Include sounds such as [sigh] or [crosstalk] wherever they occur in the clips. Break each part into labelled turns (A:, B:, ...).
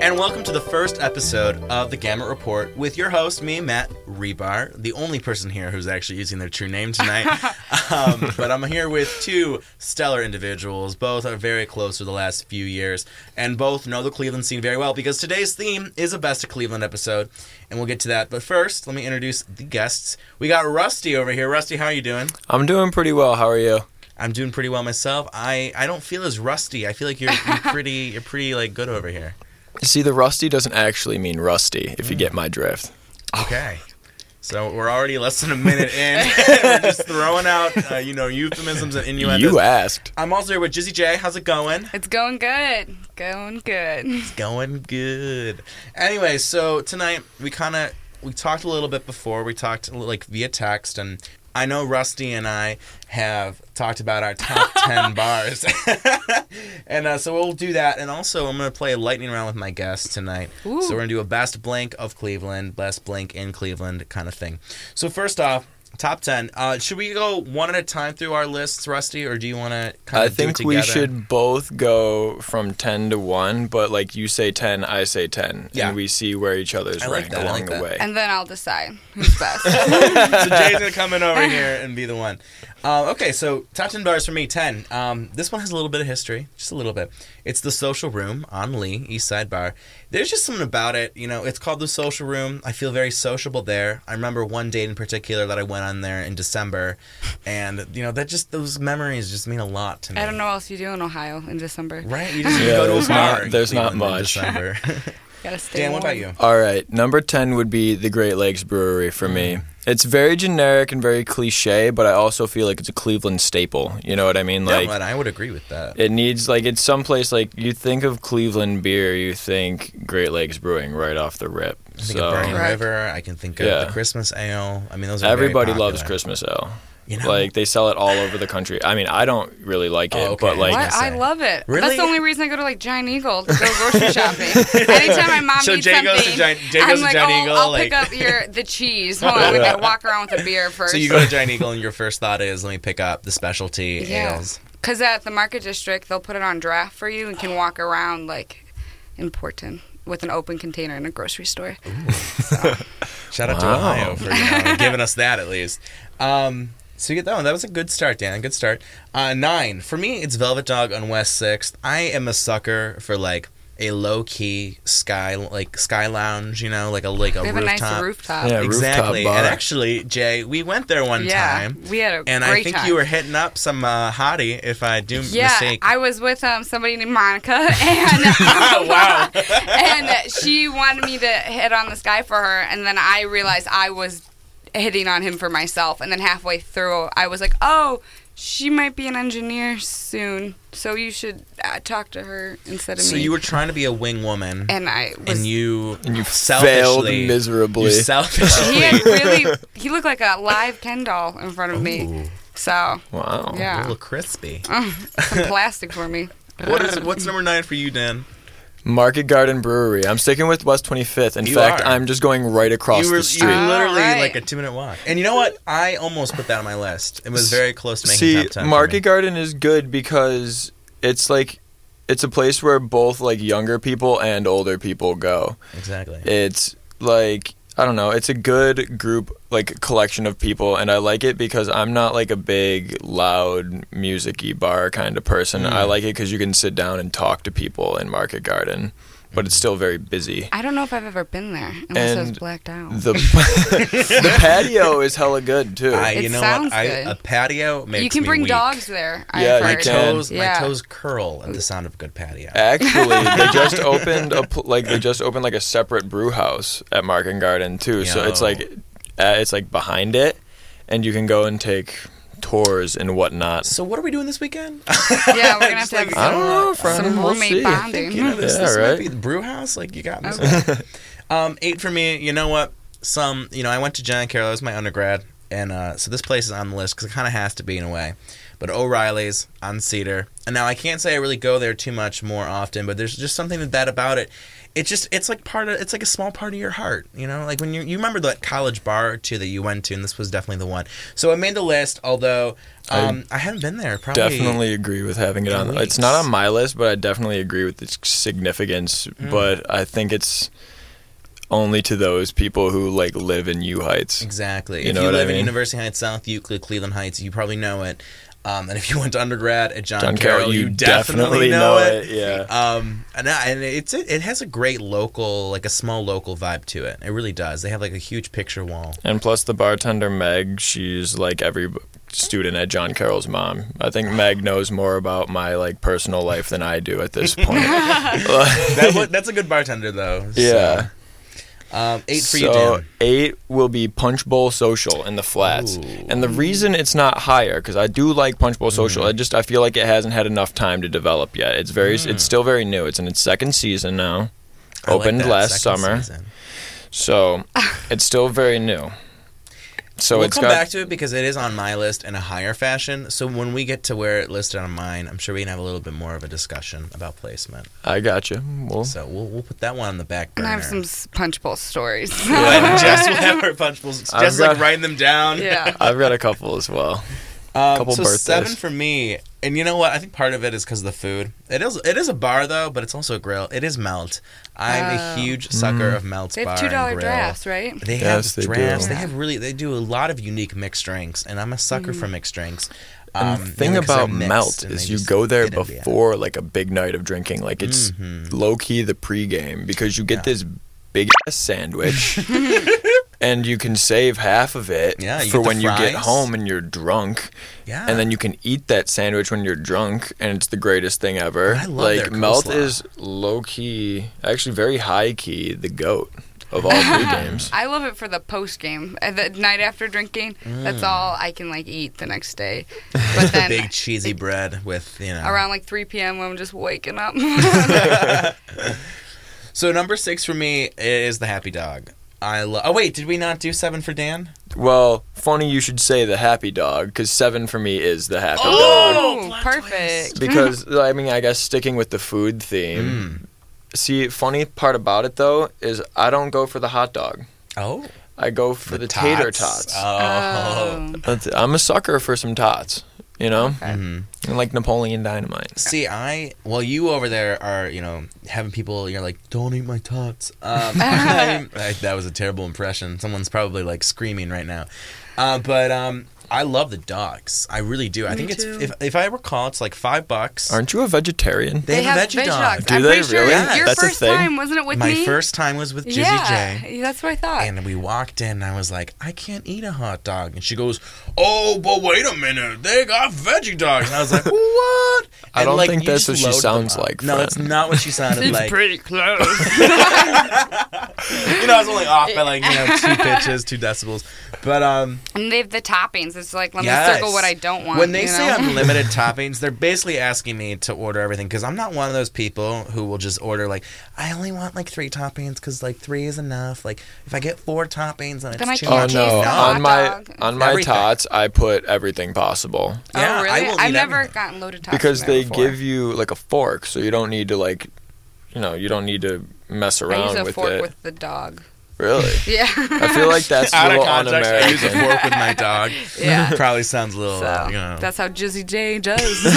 A: and welcome to the first episode of the Gamut Report with your host, me, Matt Rebar, the only person here who's actually using their true name tonight. um, but I'm here with two stellar individuals. Both are very close for the last few years, and both know the Cleveland scene very well because today's theme is a Best of Cleveland episode, and we'll get to that. But first, let me introduce the guests. We got Rusty over here. Rusty, how are you doing?
B: I'm doing pretty well. How are you?
A: I'm doing pretty well myself. I, I don't feel as rusty. I feel like you're, you're pretty you're pretty like good over here.
B: See, the rusty doesn't actually mean rusty, if you
A: Mm.
B: get my drift.
A: Okay. So we're already less than a minute in. [laughs] we're just throwing out uh, you know euphemisms and innuendos.
B: You asked.
A: I'm also here with Jizzy J. How's it going?
C: It's going good. Going
A: [laughs]
C: good.
A: It's going good. Anyway, so tonight we kind of we talked a little bit before. We talked like via text and. I know Rusty and I have talked about our top 10 bars. [laughs] and uh, so we'll do that. And also, I'm going to play a lightning round with my guests tonight.
C: Ooh.
A: So we're going to do a best blank of Cleveland, best blank in Cleveland kind of thing. So, first off, top 10. Uh, should we go one at a time through our lists, Rusty, or do you want to kind
B: I
A: of
B: think
A: do it
B: we
A: together?
B: should both go from 10 to 1, but like you say 10, I say 10.
A: Yeah.
B: And we see where each other's
A: I like
B: ranked
A: that, I
B: along
A: like
B: the
A: that.
B: way.
C: And then I'll decide who's best.
A: [laughs]
B: [laughs]
A: so Jay's gonna come in over here and be the one. Uh, okay, so top ten bars for me, ten. Um, this one has a little bit of history, just a little bit. It's the Social Room on Lee East Side Bar. There's just something about it, you know. It's called the Social Room. I feel very sociable there. I remember one date in particular that I went on there in December, and you know that just those memories just mean a lot to me.
C: I don't know what else you do in Ohio in December.
A: Right? You just
B: Yeah,
A: go to a
B: there's
A: bar.
B: not-
A: in
B: there's not
A: Cleveland in
B: much.
A: December.
C: Gotta
A: [laughs]
C: stay
A: Dan, what about
C: warm.
A: you?
B: All right, number 10 would be the Great Lakes Brewery for
A: Mm.
B: me. It's very generic and very cliche, but I also feel like it's a Cleveland staple. You know what I mean? Like
A: yeah, but I would agree with that.
B: It needs like it's someplace like you think of Cleveland beer, you think Great Lakes Brewing right off the rip.
A: I think
B: so
A: of Burning
C: Correct.
A: River. I can think of
B: Yeah.
A: the Christmas Ale. I mean, those are very
B: everybody loves
A: popular.
B: Christmas ale.
A: You know?
B: Like they sell it all over the country. I mean, I don't really like it,
A: Oh, okay.
B: but like
A: What?
C: What? I
A: say.
C: love it.
A: Really?
C: That's the only reason I go to like Giant Eagle
A: [laughs]
C: to go grocery shopping. Anytime my mom
A: So
C: needs
A: Jay
C: something,
A: goes to Giant- Jay goes
C: I'm
A: to
C: like,
A: Giant
C: oh,
A: Eagle,
C: I'll
A: like-
C: pick up your the cheese. Hold on,
A: [laughs]
C: I walk around with a beer first.
A: So you go to Giant Eagle, and your first thought is, "Let me pick up the specialty
C: Yeah.
A: ales."
C: Because at the market district, they'll put it on draft for you and can walk around like in Porton with an open container in a grocery store.
A: Shout out
B: Wow.
A: to Ohio for you know, [laughs] giving us that at least. Um, so you get that one. That was a good start, Dan. Good start. Uh, nine for me. It's Velvet Dog on West Sixth. I am a sucker for like a low key sky, like sky lounge. You know, like a like a
C: They have a
A: rooftop.
C: nice rooftop.
B: Yeah. A rooftop
A: exactly.
B: bar.
A: And actually, Jay, we went there one
C: Yeah,
A: time.
C: we had a
A: and
C: great
A: I think
C: time.
A: you were hitting up some uh, hottie, if I do
C: yeah,
A: mistake.
C: I was with um, somebody named Monica, [laughs] and
A: [laughs] Wow.
C: [laughs] and she wanted me to hit on this guy for her, and then I realized I was hitting on him for myself, and then halfway through, I was like, "Oh, she might be an engineer soon, so you should uh, talk to her instead of
A: so
C: me."
A: you were trying to be a wing woman.
C: and I was
A: and you
B: you failed
A: selfishly,
B: miserably.
A: You selfishly.
C: [laughs]
A: [laughs]
C: he had really he looked like a live Ken doll in front of
A: Oh.
C: me. So
B: wow.
C: Yeah.
A: A little crispy. [laughs]
C: some plastic for me.
A: What is what's number nine for you, Dan?
B: Market Garden Brewery. I'm sticking with West 25th. In
A: You
B: fact,
A: are.
B: I'm just going right across
A: you were
B: the
A: you
B: street.
A: were literally
C: Alright.
A: like a two minute walk. And you know what? I almost put that on my list. It was very close to making
B: See,
A: top ten. for
B: Market
A: me.
B: Garden is good because it's like it's a place where both like younger people and older people go.
A: exactly.
B: It's like I don't know. It's a good group, like collection of people, and I like it because I'm not like a big loud musicy bar kind of person. I
A: Mm.
B: like it because you can sit down and talk to people in Market Garden, but
A: Mm.
B: it's still very busy.
C: I don't know if I've ever been there unless I was
B: And
C: blacked out.
A: [laughs]
B: The [laughs] the patio is hella good too.
A: I,
C: It
A: you know
C: sounds
A: what? I,
C: good.
A: a patio makes
C: you can
A: me
C: bring
A: weak.
C: dogs there.
B: Yeah,
C: I've
B: you
A: My
C: heard.
B: can.
A: toes,
C: Yeah.
A: my toes curl at the sound of good patio. [laughs]
B: Actually, they just opened a pl- like they just opened like a separate brew house at Market Garden too. So it's
A: Yo.
B: like uh, it's like behind it, and you can go and take tours and whatnot.
A: So what are we doing this weekend?
C: Yeah,
B: [laughs]
C: we're gonna have
A: Just
C: to have
A: like-
B: I
C: [laughs]
B: don't know,
C: some,
B: Friday,
C: some
B: we'll
C: roommate
B: see. I
C: bonding.
A: you know, this,
B: Yeah,
A: this might
B: right.
A: be the brew house. Like you got me.
C: Okay.
A: [laughs] um, eight for me. You know what? Some. You know, I went to John Carroll. That was my undergrad, and uh, so this place is on the list because it kind of has to be in a way. But O'Reilly's on Cedar, and now I can't say I really go there too much more often. But there's just something that about it. it's just it's like part of it's like a small part of your heart you know like when you you remember that college bar too that you went to and this was definitely the one so i made the list although um, I, haven't been there probably
B: Definitely agree with having it on. It's not on my list, but I definitely agree with its significance. But I think it's only to those people who like live in U Heights.
A: exactly
B: You
A: if
B: know
A: you
B: what I
A: live in
B: mean?
A: university heights south euclid cleveland heights you probably know it um, and if you went to undergrad at john,
B: John
A: carroll,
B: Carroll,
A: you definitely, know, it,
B: Yeah.
A: Um, and, I- and it's it, it has a great local, like a small local vibe to it. It really does. They have like a huge picture
B: [laughs]
A: wall.
B: And plus, the bartender Meg, she's like every student at John Carroll's mom. I think Meg knows more about my like personal life than I do at this point. [laughs]
A: That, wa- that's a good bartender though. So,
B: yeah.
A: um, eight for you,
B: so
A: Dan.
B: eight will be Punch Bowl Social in the flats,
A: Ooh. Mm.
B: and the reason it's not higher because I do like Punch Bowl Social. I just I feel like it hasn't had enough time to develop yet. It's very
A: Mm.
B: it's still very new. It's in its second season now.
A: I like
B: Opened
A: that
B: last
A: second
B: summer,
A: season.
B: so it's still very new. So
A: we'll
B: it's
A: come
B: got
A: back to it because it is on my list in a higher fashion. So when we get to where it listed on mine, I'm sure we can have a little bit more of a discussion about placement.
B: I got you. Well,
A: So we'll, we'll put that one on the back
C: And
A: burner.
C: I have some s- punch bowl stories. [laughs]
B: [laughs]
A: But Jess will have her punch bowls.
B: I've
A: Jess is like
B: got-
A: writing them down.
C: yeah.
B: I've got a couple as well.
A: Um,
B: Couple
A: so
B: birthdays.
A: seven for me, and you know what? I think part of it is because of the food. It is it is a bar though, but it's also a grill. It is melt. I'm
C: Oh.
A: a huge sucker of melts.
C: They
A: bar
C: have two dollar
A: and grill.
C: drafts, right?
A: They
B: Mm.
A: have
B: Yes, they do.
A: drafts. They
C: Yeah.
A: have really. They do a lot of unique mixed drinks, and I'm a sucker
C: Mm.
A: for mixed drinks.
B: And the thing
A: you know, 'cause Um, they're
B: about
A: mixed,
B: melt
A: and
B: is
A: they
B: you
A: just
B: go there
A: hit 'em, yeah. Mm-hmm.
B: before like a big night of drinking. Like it's low key the pregame because you get
A: Yeah.
B: this big
A: [laughs]
B: ass sandwich and you can save half of it
A: Yeah, you
B: for
A: get the
B: when you get
A: fries. Ah.
B: home and you're drunk.
A: Yeah.
B: And then you can eat that sandwich when you're drunk and it's the greatest thing ever.
A: I love
B: like
A: their
B: melt
A: coleslaw.
B: is low key, actually very high key, the goat
A: [laughs]
B: of all pregames.
C: I love it for the post game, Uh, the night after drinking. That's all I can like eat the next
A: [laughs]
C: day. But
A: Mm. the
C: then
A: big cheesy bread with you know.
C: [laughs] around like 3 p.m. when I'm just waking up. [laughs]
A: So number six for me is the happy dog. I love. Oh wait, did we not do seven for Dan?
B: Well, funny you should say the happy dog because seven for me is the happy dog.
C: oh,
A: plot
C: perfect.
B: because I mean, I guess sticking with the food
A: Mm.
B: theme. See, funny part about it though is I don't go for the hot dog.
A: Oh,
B: I go for the, tater tots.
A: Ah.
C: Um,
A: Oh.
B: That's- I'm a sucker for some tots. You know,
A: Mhm.
B: And like Napoleon Dynamite.
A: See, I well, you over there are you know having people. You're like, don't eat my tots.
C: [laughs]
A: Um, [laughs] I'm- I- that was a terrible impression. Someone's probably like screaming right now. Uh, but um, I love the dogs. I really do. I think
C: too.
A: it's if if I recall, it's like five bucks.
B: Aren't you a vegetarian?
A: They have veggie dogs.
B: Do
C: I'm
B: they
C: pretty sure
B: really?
C: your
B: That's a
C: first
B: thing?
C: time wasn't it with
A: My
C: me?
A: first time was with Jizzy
C: yeah,
A: J.
C: that's what I thought.
A: And we walked in, and I was like, I can't eat a hot dog. And she goes, Oh, but wait a minute, they got veggie dogs. And I [laughs] was like, What?
B: I
A: And,
B: don't
A: like,
B: think
A: you
B: that's
A: just
B: what she
A: loaded them
B: sounds
A: up.
B: like,
A: No,
B: friend.
A: that's not what she [laughs] sounded like.
C: pretty
A: [laughs]
C: close.
A: you know, I was only off by like you know [laughs] two pitches, two decibels. But um,
C: and they have the toppings. It's like let
A: yes.
C: me circle what I don't want.
A: When they
C: you
A: say
C: know?
A: unlimited [laughs] toppings, they're basically asking me to order everything because I'm not one of those people who will just order like I only want like three toppings because like three is enough. Like if I get four toppings, then it's
C: Then I
A: too
B: Oh
C: can't
A: much.
C: Cheese
B: no!
C: and hot
B: On my
C: dog.
B: on my
A: Everything.
B: tots, I put everything possible.
C: [laughs] oh
A: Yeah, I
C: really?
A: will
C: have
A: eat
C: never
A: everything.
C: gotten loaded toppings
B: because
C: there
B: they
C: before.
B: give you like a fork, so you don't need to like, you know, you don't need to mess
C: I use
B: around
C: a
B: with
C: fork
B: it.
C: with the dog. [laughs]
B: Really,
C: Yeah.
B: I feel like that's a
A: Out of
B: little
A: context, I use a
B: un-American.
A: fork with my dog.
C: Yeah.
A: probably sounds a little.
C: So,
A: uh, you know.
C: that's how Jizzy
B: [laughs]
C: J does. [laughs]
A: but,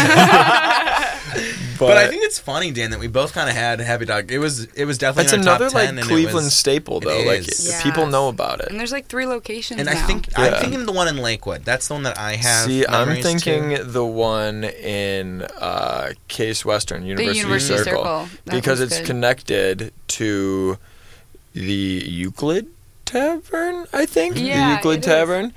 A: I think it's funny, Dan, that we both kind of had Happy Dog. It was it was definitely
B: That's
A: in our
B: another
A: top 10,
B: like
A: and it
B: Cleveland
A: was-
B: staple
A: it
B: though. like
A: is.
B: the people
C: Yes.
B: know about it.
C: and there's like three locations
A: And
C: now.
A: I think
B: Yeah.
A: I'm thinking the one in Lakewood. That's the one that I have.
B: See, I'm
A: memories to.
B: thinking the one in uh, Case Western University,
C: University
B: Circle,
C: Circle. That
B: because
C: one's
B: it's
C: good.
B: connected to the Euclid Tavern, I think.
C: Yeah,
B: the Euclid
C: it is.
B: Tavern,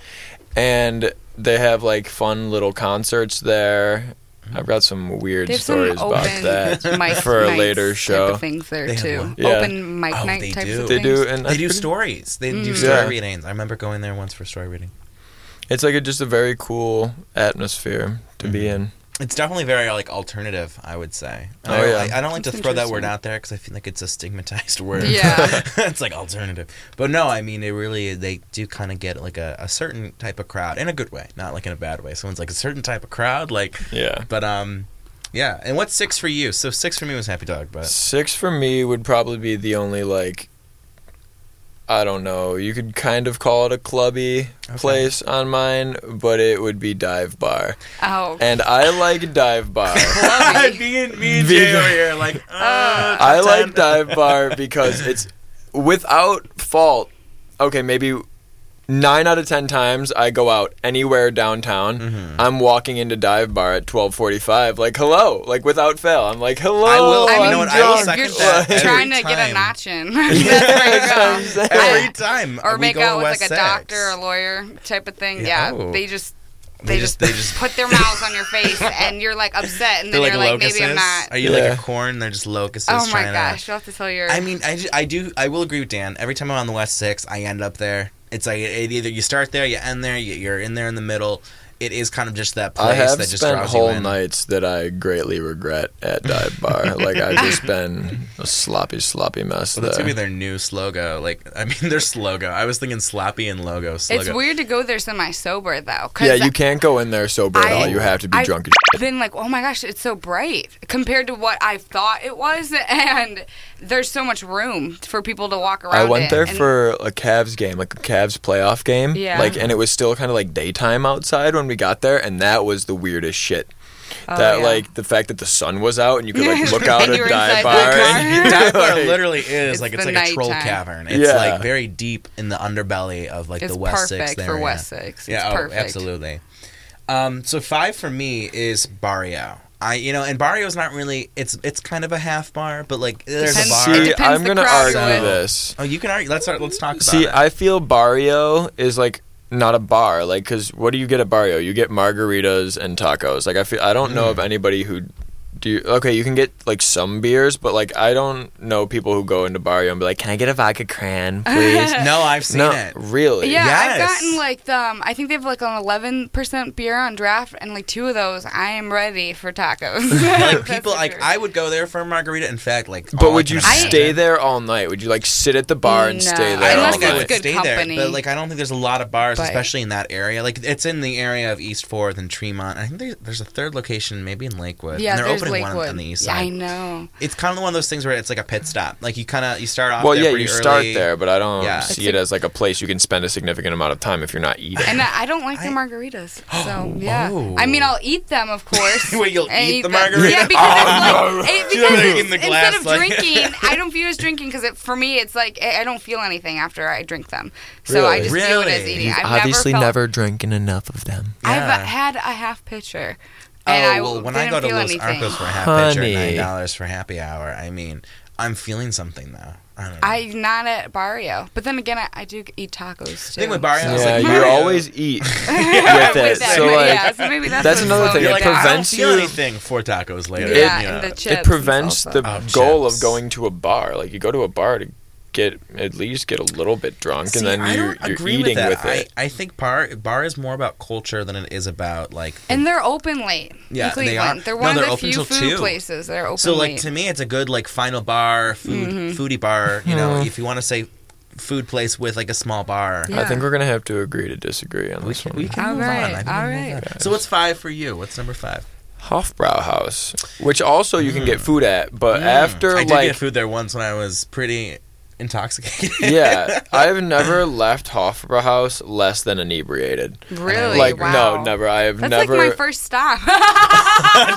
B: and they have like fun little concerts there.
A: Mm-hmm.
B: I've got some weird
C: they have some
B: stories
C: open
B: about that
C: [laughs]
B: [laughs]
C: mic
B: for a
C: nights
B: later
C: type
B: show.
C: of things there
A: They have
C: too.
A: one.
B: Yeah.
C: Open mic
A: Oh,
C: night
A: they
C: types
A: do.
C: of
B: They
C: things.
B: do,
A: [laughs]
B: and
A: They
B: that's [laughs]
A: do
B: pretty-
A: stories. They do
B: Mm.
A: story
B: Yeah.
A: readings. I remember going there once for story reading.
B: It's like a, just a very cool atmosphere to be
A: Mm-hmm.
B: in.
A: It's definitely very like alternative. I would say. And
B: Oh,
A: I,
B: yeah.
A: I, I don't like
C: That's
A: to throw that word
C: interesting.
A: out there because I feel like it's a stigmatized [laughs] word.
C: Yeah.
A: it's like alternative. But no, I mean, it really they do kind of get like a, a certain type of crowd in a good way, not like in a bad way. Someone's like a certain type of crowd, like
B: Yeah.
A: But um, Yeah. And what's six for you? So six for me was Happy Dog,
C: [laughs]
A: but
B: Six for me would probably be the only like I don't know. You could kind of call it a clubby
A: Okay.
B: place on mine, but it would be dive bar.
C: Oh.
B: And I like dive
A: [laughs]
B: bar.
C: Clubby.
A: being me and
B: Vegan.
A: Jay over here,
C: [laughs]
A: like uh,
B: I
A: top
B: like
A: 10.
B: dive bar because it's without fault. Okay, maybe 9 out of 10 times I go out anywhere downtown,
A: Mm-hmm.
B: I'm walking into dive bar at 12:45 like hello, like without fail. I'm like hello.
A: I will-
C: I
A: you
C: mean,
A: know
B: I'm
A: what, I will
B: drunk."
A: second
C: you're
B: [laughs]
A: that
C: just trying to
A: every
C: get
A: time.
C: a notch in. [laughs] That's where you
B: That's
C: go.
B: what I'm saying.
A: every time
C: or
A: we
C: make
A: go
C: out
A: to
C: with
A: West
C: like a
A: Sax.
C: doctor or a lawyer type of thing.
A: Yeah.
C: Yeah,
A: Oh.
C: they just
A: They
C: they,
A: just-
C: just,
A: they just-
C: put
A: [laughs]
C: their mouths on your face, and you're like upset, and
A: They're
C: then
A: like
C: you're like,
A: locusts.
C: maybe I'm
A: Are
C: not.
A: you
B: Yeah.
A: like a corn? They're just locusts.
C: Oh my
A: trying
C: gosh,
A: To...
C: you'll have to tell your.
A: I mean, I, ju- I do. I will agree with Dan. Every time I'm on the West Six, I end up there. It's like it either you start there, you end there, you, you're in there in the middle. It is kind of just that place
B: I have
A: that just
B: spent
A: draws
B: whole
A: you in.
B: nights that I greatly regret at dive
A: [laughs]
B: bar. like I've just been a sloppy, sloppy mess.
A: Well, that's
B: there.
A: gonna be their new slogan. Like, [laughs] I mean, their slogan. I was thinking sloppy and logo. Slogo.
C: it's weird to go there semi sober though. 'cause
B: yeah, you can't go in there sober at
C: I-
B: all. You have to be
C: I've
B: drunk. As
C: Been like, oh my gosh, it's so bright compared to what I thought it was, [laughs] and there's so much room for people to walk around.
B: I went
C: it,
B: there
C: and-
B: for a Cavs game, like a Cavs playoff game.
C: Yeah.
B: Like, and it was still kind of like daytime outside when we got there, and that was the weirdest shit.
C: Oh,
B: that
C: yeah.
B: like the fact that the sun was out and you could
C: [laughs]
B: like look
C: And
B: out
C: you
B: at
C: were
B: dive
C: inside
B: bar. [laughs]
C: the
B: and-
A: dive bar
B: like-
A: literally is
C: It's
A: like it's
C: the
A: like a troll
C: nighttime.
A: cavern. It's
B: Yeah.
A: like very deep in the underbelly of like
C: It's
A: the West
C: perfect
A: Six. There,
C: for
A: yeah.
C: West Six.
A: Yeah,
C: It's
A: oh,
C: perfect.
A: absolutely. Um, so five for me is Barrio. I you know, and Barrio's not really. It's it's kind of a half bar, but like there's a
C: Depends-
A: bar.
B: See,
C: Depends
B: I'm
C: the
B: gonna
C: crowd
B: argue
C: you're with.
B: this.
A: Oh, you can argue. Let's start, let's talk about
B: See,
A: it.
B: I feel Barrio is like not a bar, like because what do you get at Barrio? You get margaritas and tacos. Like I feel I don't know of anybody who do. Okay, you can get like some beers, but like I don't know people who go into Barrio and be like, "Can I get a vodka cran, please?"
A: no, I've seen
B: no, [laughs]
A: it.
B: really.
C: Yeah,
A: Yes.
C: I've gotten like the. Um, I think they have like an eleven percent beer on draft, and like two of those, I am ready for tacos.
A: [laughs] Like
C: [laughs] That's
A: people,
C: the
A: like
C: truth.
A: I would go there for a margarita. In fact, like. all
B: But
A: Oh, I
B: would
A: can
B: you
A: imagine-
B: stay there all night? Would you like sit at the bar and
C: No.
B: stay there
A: I don't
B: all
C: Unless
A: think I
C: it's
A: would
B: night?
C: good
A: stay
C: company.
A: there, but like I don't think there's a lot of bars,
C: But-
A: especially in that area. Like it's in the area of East Fourth and Tremont. I think there's, there's a third location, maybe in Lakewood.
C: yeah,
A: and they're
C: there's
A: opening
C: Lakewood.
A: one on the east
C: Yeah,
A: side.
C: I know.
A: It's kind of one of those things where it's like a pit stop. Like you kind of you start off.
B: Well,
A: there
B: yeah,
A: pretty
B: you start
A: early.
B: there, but I don't
A: Yeah.
B: see
C: It's
B: it
C: a-
B: as like a place you can spend a significant amount of time if you're not eating.
C: And I I don't like their
A: I-
C: margaritas.
A: [gasps]
C: So yeah,
A: Oh.
C: I mean I'll eat them
A: [laughs]
C: of course.
A: Wait, you'll
C: and
A: eat the margarita? [laughs]
C: Yeah, because
B: Oh,
C: it's like it,
A: She's over there
C: because
A: eating the glass,
C: instead of
A: like- [laughs]
C: drinking, I don't view it as drinking because it, for me it's like I I don't feel anything after I drink them. So I
B: Really?
C: just view it as
A: Really?
C: eating. I've never, felt,
B: drinking enough of them.
A: Yeah.
C: I've uh, had a half pitcher.
A: Oh
C: And I
A: well, when I
C: didn't
A: go to
C: feel
A: Los
C: anything.
A: Arcos for a half pitcher,
B: Honey.
A: nine dollars for happy hour. I mean, I'm feeling something though. I don't know.
C: I not at Barrio, but then again, I, I do eat tacos too.
A: thing with Barrio,
B: Yeah,
A: it's like,
B: you
A: Mario.
B: always eat [laughs]
C: [laughs]
B: with it.
C: With that,
B: so
C: but
B: like,
C: yeah, so maybe that's,
B: that's
C: what
B: another
C: slowed
B: thing.
C: me
A: You're
B: It
A: like,
C: down.
A: I don't
B: prevents
A: feel
B: you-
A: anything four tacos later.
B: it-
C: yeah,
A: you
C: and
A: know.
C: the chips
B: it prevents
C: and
B: the
A: Oh,
B: goal
A: chips.
B: of going to a bar. Like you go to a bar to get at least get a little bit drunk,
A: See,
B: and then
A: I
B: you're,
A: don't
B: you're
A: agree
B: eating
A: that.
B: with, it.
A: I, I think bar bar is more about culture than it is about like. the-
C: And they're open late.
A: Yeah,
C: Yeah,
A: they
C: in Cleveland.
A: are.
C: They are
A: No,
C: one
A: they're
C: of the
A: open
C: few
A: till
C: food
A: two.
C: places that are open
A: so like
C: late.
A: to me, it's a good like final bar food
C: Mm-hmm.
A: foodie bar. You know,
B: Mm-hmm.
A: if you want to say food place with like a small bar.
C: Yeah.
B: I think we're gonna have to agree to disagree on
A: We
B: this
A: can,
B: one.
A: we can
C: All
A: move on.
C: right,
A: I think
C: all
A: we can move
C: right.
A: on. So what's five for you? What's number five?
B: Hofbrauhaus, which also you can get food at, but Mm. after
A: Mm. I did
B: like
A: get food there once when I was pretty intoxicated. [laughs]
B: yeah, I've never left Hofbrauhaus less than inebriated.
C: really?
B: like
C: wow.
B: no, never. I have
C: That's
B: never.
C: like my first stop.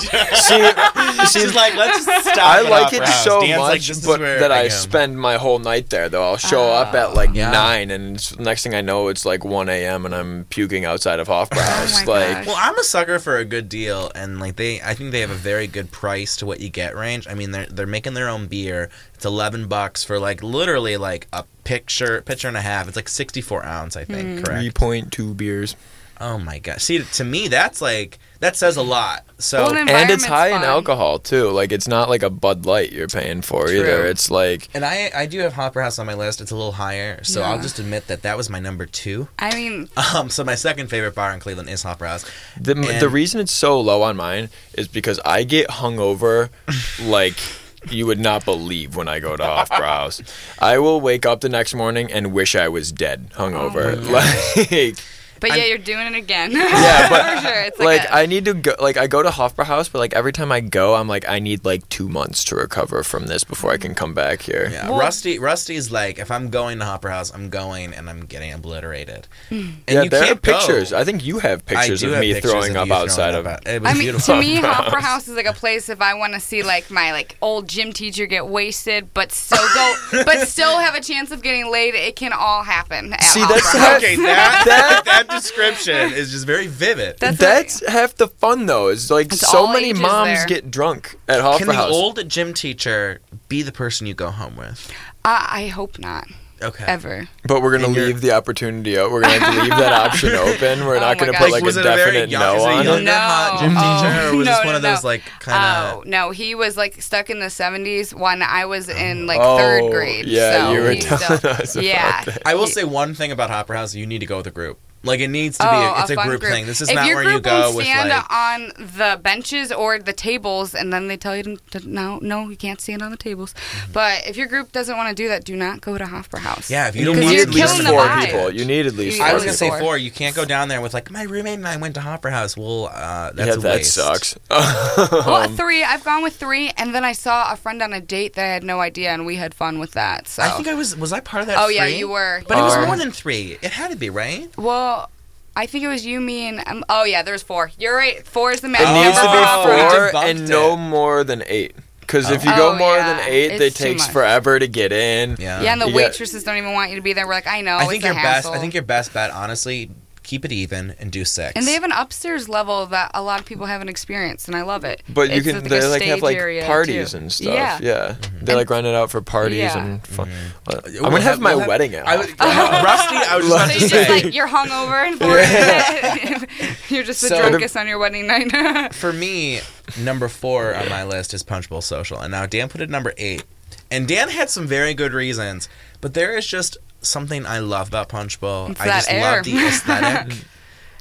C: [laughs]
B: See, see,
A: She's like, let's just stop.
B: I
A: at
B: like it
A: Opera House.
B: so
A: Dan's like,
B: much,
A: this is
B: but
A: where
B: that I,
A: am. Ah,
B: spend my whole night there. Though I'll show up at like nine, and it's- next thing I know, it's like one a.m. and I'm puking outside of Hofbrauhaus.
C: [laughs] Oh my
B: like,
C: gosh.
A: Well, I'm a sucker for a good deal, and like they, I think they have a very good price to what you get range. I mean, they're they're making their own beer. It's eleven bucks for like literally like a picture, picture and a half. It's like sixty four ounce, I
C: Hmm.
A: think.
B: three
A: Correct.
B: point two beers,
A: Oh my god. See, to me, that's like that says a lot. So
C: Well,
B: and
C: then-
B: it's
C: Environment's
B: high in
C: fun.
B: alcohol too. Like, it's not like a Bud Light you're paying for either. It's like
A: and I I do have Hopper House on my list. It's a little higher, so I'll
C: Yeah.
A: just admit that that was my number two. [laughs]
C: I mean,
A: Um, so my second favorite bar in Cleveland is Hopper House.
B: The,
A: And-
B: the reason it's so low on mine is because I get
A: [laughs]
B: hungover like you would not believe when I go to Hofbrauhaus.
C: Oh
B: I will wake up the next morning and wish I was dead hungover. [laughs] like
C: But yeah,
A: I'm-
C: you're doing it again. [laughs]
B: Yeah, but,
C: for sure. It's
B: like
C: like, a-
B: I need to go. Like I go to Hofbrauhaus, but like every time I go, I'm like I need like two months to recover from this before I can come back here.
A: Yeah,
C: Well-
A: Rusty. Rusty's like, if I'm going to Hopper House, I'm going and I'm getting obliterated.
C: Hmm.
A: And
B: Yeah, there are
A: go.
B: pictures. I think you have
A: I
B: pictures
A: do
B: of
A: have
B: me
A: pictures
B: throwing
A: you
B: up outside
A: throwing
B: of.
A: up out- It was
C: I mean,
A: beautiful. [laughs]
C: to
B: [laughs]
C: me, Hofbrauhaus
B: Hofbrauhaus.
C: House is like a place if I want to see like my like old gym teacher get wasted, but still
B: [laughs]
C: go, but still have a chance of getting laid. It can all happen. At
B: See, that's
C: Hofbrauhaus.
B: how-
A: okay, that, that description is just very vivid.
C: That's
B: That's half the fun though. Is like
C: It's
B: so
C: all
B: many
C: ages
B: moms
C: there.
B: get drunk at
A: Can the
B: Hofbrauhaus.
A: old gym teacher be the person you go home with?
C: Uh, I hope not
A: Okay.
C: ever.
B: But we're gonna
A: And you're-
B: leave the opportunity. o- We're gonna have to leave
C: [laughs]
B: that option open. We're
C: Oh
B: not
C: my
B: gonna
C: gosh.
B: put
C: Like,
B: like
A: was
B: a
A: it a very
B: definite
A: young,
B: no
A: is it a
B: on
A: young
B: it.
A: and hot gym
C: No.
A: teacher, or was
C: Oh,
A: this
C: [laughs] no,
A: one of
C: no,
A: those
C: no.
A: like kind
C: oh
A: of?
C: no, he was like stuck in the '70s when I was in like
B: Oh,
C: third grade.
B: yeah,
C: so
B: you were
C: he's
B: telling
C: still,
B: us about
C: Yeah,
A: I will
C: he-
A: say one thing about Hopper House: you need to go with a group. Like it needs to be.
C: Oh,
A: a- it's a,
C: fun
A: group, thing. This is
C: if
A: not
C: your
A: where you
C: group won't
A: go with
C: stand
A: like.
C: on the benches or the tables, and then they tell you to, to, no, no, you can't stand on the tables. But if your group doesn't want to do that, do not go to Hofbrauhaus. House.
A: Mm-hmm. Yeah, if you
B: You
A: don't
C: Because
A: want
B: need
A: to
C: you're
B: at
A: leave
B: least
A: them
C: killing the
B: four
C: vibe.
B: people. You need at least.
C: You
A: I
B: four
A: was gonna say
C: Four.
A: four. You can't go down there with like my roommate and I went to Hopper House. Well, uh, that's
B: yeah,
A: a
B: that
A: waste.
B: sucks. [laughs]
C: Well, three. I've gone with three, and then I saw a friend on a date that I had no idea, and we had fun with that. So,
A: I think I was was I part of that?
C: oh yeah,
A: three?
C: you were.
A: But it
C: you
A: was
C: were.
A: more than three. It had to be right.
C: Well, I think it was you, me, and um, oh yeah, there's four. You're right. Four is the
B: It
C: magic.
A: Oh,
B: needs to
C: number for
A: we
B: be
C: Hofbrauhaus.
B: four
A: debunked
B: and no
A: it.
B: more than eight. Because if you
C: Oh,
B: go more
C: yeah.
B: than eight, it
C: It's too
B: takes
C: much.
B: forever to get in.
A: Yeah.
C: Yeah, and the
B: You get-
C: waitresses don't even want you to be there. We're like, I know.
A: I
C: it's
A: think
C: a
A: your best.
C: hassle.
A: I think your best bet, honestly, keep it even and do six.
C: And they have an upstairs level that a lot of people haven't experienced, and I love it.
B: But you
C: It's
B: can
C: like a
B: they like have
C: stage
B: like
C: area,
B: parties
C: too.
B: and stuff. Yeah,
C: Yeah.
B: they like run it out for parties
C: Yeah.
B: and fun. Well, I'm
A: Mm-hmm. We'll
B: gonna have, my
A: we'll
B: wedding at.
A: I
C: [laughs]
A: was, Rusty,
B: [laughs]
A: I was just about
B: Love
C: So
A: to
C: you're just
A: say.
B: [laughs]
C: like you're hungover and bored. [laughs] you're just the
A: So-
C: drunkest on your wedding
A: [laughs]
C: night. [laughs]
A: for me, number four on my list is Punch Bowl Social, and now Dan put it number eight. And Dan had some very good reasons, but there is just something I love about Punch Bowl.
C: It's
A: I
C: that
A: just
C: air.
A: love the aesthetic.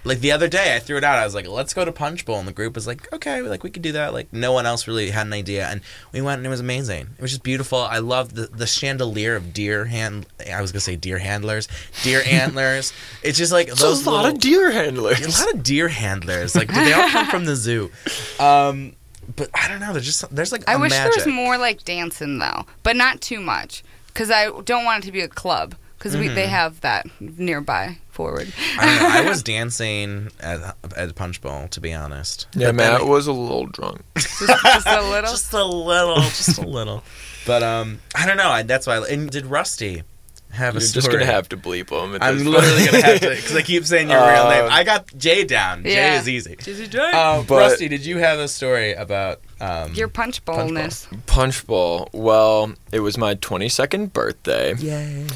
A: like the other day, I threw it out. I was like, "Let's go to Punch Bowl," and the group was like, "Okay, like we could do that." Like no one else really had an idea, and we went, and it was amazing. It was just beautiful. I loved the, the chandelier of deer hand. I was gonna say deer handlers, deer antlers. It's just like
B: There's
A: those
B: a lot
A: little,
B: of deer
A: a
B: handlers.
A: lot of deer handlers. Like, do they all come from the zoo? Um, but I don't know. There's just there's like
C: I
A: a
C: wish there
A: magic.
C: was more like dancing though, but not too much, because I don't want it to be a club, because we
B: Mm-hmm.
C: they have that nearby forward. [laughs]
A: I, don't know. I was dancing at at Punch Bowl, to be honest.
B: Yeah,
A: But then-
B: Matt was a little drunk. [laughs]
C: just, just a little.
A: Just a little, just a little. But um, I don't know. I, that's why. I, and did Rusty have a
B: You're
A: story?
B: just gonna have to bleep him. at
A: I'm
B: this
A: literally
B: point.
A: gonna have to because I keep saying your real name.
B: Um,
A: I got Jay down. Jay
C: Yeah.
A: is
B: [laughs]
A: easy.
C: Just
A: Um,
B: But-
A: Rusty, did you have a story about um,
C: your punch bowlness.
B: [laughs] Punch Bowl. Well, it was my 22nd birthday,
A: Yay.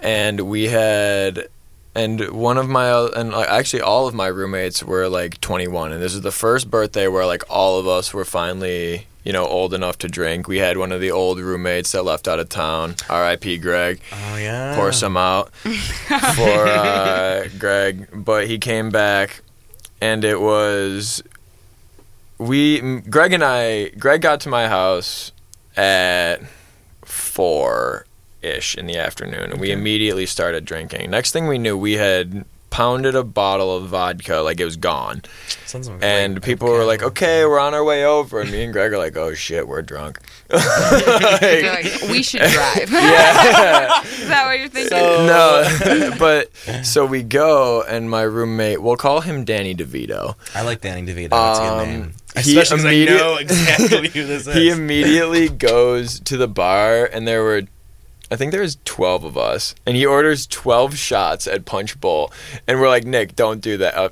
B: and we had, and one of my, and like, actually all of my roommates were like 21, and this is the first birthday where like all of us were finally, you know, old enough to drink. We had one of the old roommates that left out of town. R.I.P. Greg.
A: Oh yeah.
B: pour some out for uh, Greg, but he came back, and it was we m- Greg and I. Greg got to my house at four ish in the afternoon, and we immediately started drinking. Next thing we knew, we had pounded a bottle of vodka like it was gone
A: Sounds like-
B: and people were like okay we're on our way over and me and greg are like oh shit we're drunk [laughs]
C: You're like, we should drive.
B: yeah
C: [laughs] Is that what
A: [laughs]
C: you're thinking?
B: no, but so we go, and my roommate, we'll call him Danny DeVito.
A: I like Danny DeVito. That's a good
B: Um,
A: name. Especially
B: he
A: 'cause
B: immediate-
A: I know
B: [laughs]
A: exactly who this is. [laughs]
B: He immediately goes to the bar, and there were, I think there was 12 of us, and he orders 12 shots at Punch Bowl. And we're like, Nick, don't do that. Uh,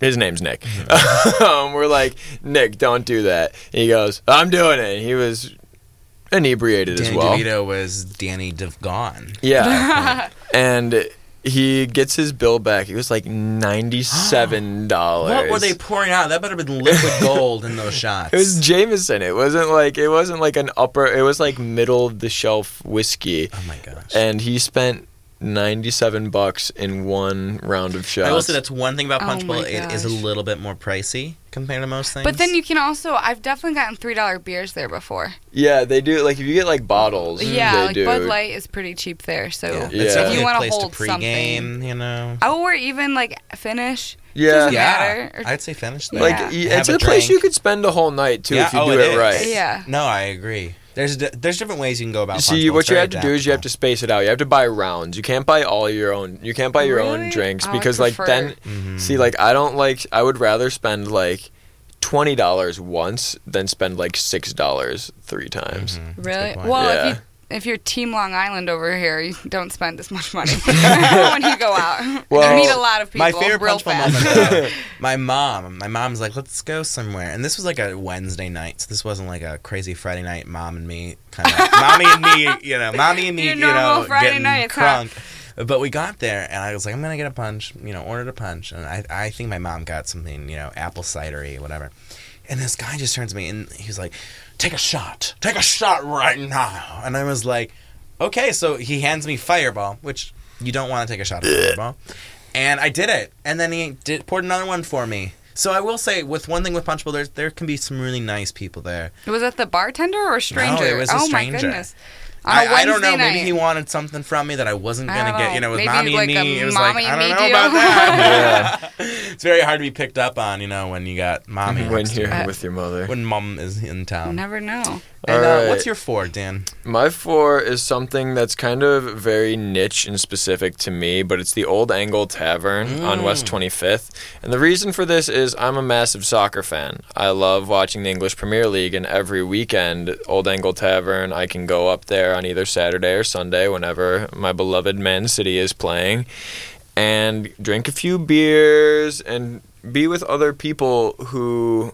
B: his
A: [laughs]
B: name's Nick. [laughs] um, we're like, Nick, don't do that. And he goes, I'm doing it. And he was inebriated
A: Danny
B: as well.
A: DeVito was Danny DeVon. [laughs]
B: Yeah. and he gets his bill back. It was like ninety-seven dollars.
A: [gasps] What were they pouring out? That better have been liquid gold in
B: [laughs]
A: those shots.
B: It was Jameson. It wasn't like it wasn't like an upper. It was like middle of the shelf whiskey.
A: oh my gosh.
B: And he spent 97 bucks in one round of shots.
A: I will say that's one thing about
C: Oh
A: Punch
C: my
A: Bowl. It is a
C: gosh.
A: little bit more pricey compared to most things.
C: But then you can also, I've definitely gotten $3 beers there before.
B: yeah, they do. Like, if you get, like, bottles,
C: Yeah,
B: Mm, they
C: like
B: do.
C: Bud Light is pretty cheap there. So
A: yeah.
B: Yeah.
A: it's definitely
C: You
A: a
C: wanna
A: place
C: hold
A: to pregame. You know,
C: Oh, or even like finish.
B: yeah.
C: Doesn't matter. Or-
A: I'd say finish there.
B: Like,
C: Yeah.
B: y-
A: Have
B: it's
A: a
B: a, place
A: drink.
B: you could spend a whole night, too,
A: Yeah,
B: if you
A: oh,
B: do
A: it
B: it,
A: is.
B: right.
C: Yeah.
A: No, I agree. There's d- there's different ways you can go about. Punch
B: See,
A: Bowl.
B: what
A: It's
B: you
A: very
B: have to do is you have to
A: adaptable.
B: space it out. You have to buy rounds. You can't buy all your own. You can't buy your
C: Really?
B: own drinks
C: Oh, I
B: because, like,
C: prefer-
B: then see, like, I don't like. I would rather spend like twenty dollars once than spend like six dollars three times.
A: Mhm.
B: [laughs]
A: That's a good
C: Really?
A: point.
C: Well,
B: Yeah.
C: if you if you're Team Long Island over here, you don't spend as
A: [laughs]
C: much money [laughs] when you go out.
B: Well,
C: you meet a lot of people
A: Oh my favorite
C: real
A: punch bowl
C: fast.
A: moment. Though, my mom, my mom's like, "Let's go somewhere," and this was like a Wednesday night, so this wasn't like a crazy Friday night. Mom and me, kind
C: [laughs]
A: of, mommy and me, you know, mommy and me,
C: Your
A: you
C: normal
A: know,
C: Friday
A: getting
C: nights, huh?
A: crunk. But we got there, and I was like, "I'm gonna get a punch," you know, ordered a punch, and I, I think my mom got something, you know, apple cidery, whatever. And this guy just turns to me, and he's like, "Take a shot, take a shot right now," and I was like. Okay, so he hands me Fireball, which you don't want to take a shot of Fireball. And I did it. And then he did, poured another one for me. So I will say, with one thing with Punch Bowl, there, there can be some really nice people there.
C: Was that the bartender or a stranger?
A: it was a
C: oh my
A: stranger.
C: goodness. On a
A: I, I don't know.
C: Wednesday
A: Maybe he
C: night.
A: wanted something from me that I wasn't
C: I
A: going to
C: don't
A: get.
C: know.
A: You know, with
C: Maybe
A: mommy
C: like
A: and me,
C: a
A: it was
C: mommy
A: like, I don't
C: and
A: know
C: me
A: about
C: deal. [laughs]
A: that. It's very hard to be picked up on, you know, when you got mommy.
B: When
A: next to
B: here
A: you.
C: Uh,
B: with your mother.
A: When mom is in town.
C: Never know.
A: And
B: All
A: uh,
B: right.
A: what's your four, Dan?
B: My four is something that's kind of very niche and specific to me, but it's the Old Angle Tavern on West 25th. And the reason for this is I'm a massive soccer fan. I love watching the English Premier League, and every weekend, Old Angle Tavern, I can go up there on either Saturday or Sunday whenever my beloved Man City is playing and drink a few beers and be with other people who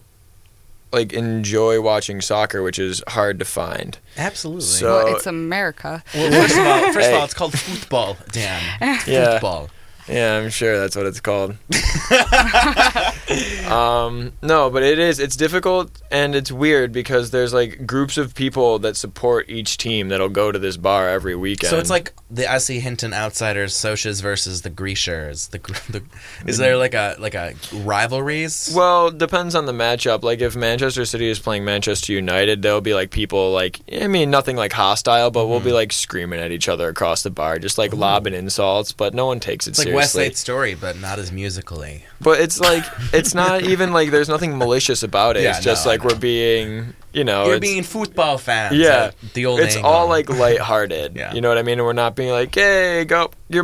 B: like enjoy watching soccer which is hard to find
A: Absolutely.
B: So-
C: Well,
B: Uh,
A: [laughs]
C: it's America.
A: well, first of all, first of
B: Hey.
A: all, it's called football,
C: [laughs]
A: Dan.
B: [laughs] yeah
A: Football.
B: Yeah, I'm sure that's what
A: [laughs]
B: it's called. um, no, but it is. It's difficult and it's weird because there's like groups of people that support each team that'll go to this bar every weekend.
A: So it's like the S.E. Hinton outsiders, Socias versus the Greciers. The, gr- the is there like a like a rivalries?
B: Well, depends on the matchup. Like if Manchester City is playing Manchester United, there'll be like people like I mean nothing like hostile, but we'll be
A: Mm-hmm.
B: like screaming at each other across the bar, just like lobbing insults, but no one takes it
A: it's like
B: seriously.
A: West Side Story, but not as musically.
B: But it's like it's not even like there's nothing malicious about it.
A: [laughs] Yeah,
B: it's just
A: no,
B: like we're being, you know,
A: You're
B: Oh, it's,
A: being football fans.
B: Yeah.
A: at the old.
B: it's
A: angle.
B: all like
A: [laughs]
B: lighthearted.
A: Yeah.
B: You know what I mean? And we're not being like, "Hey, go your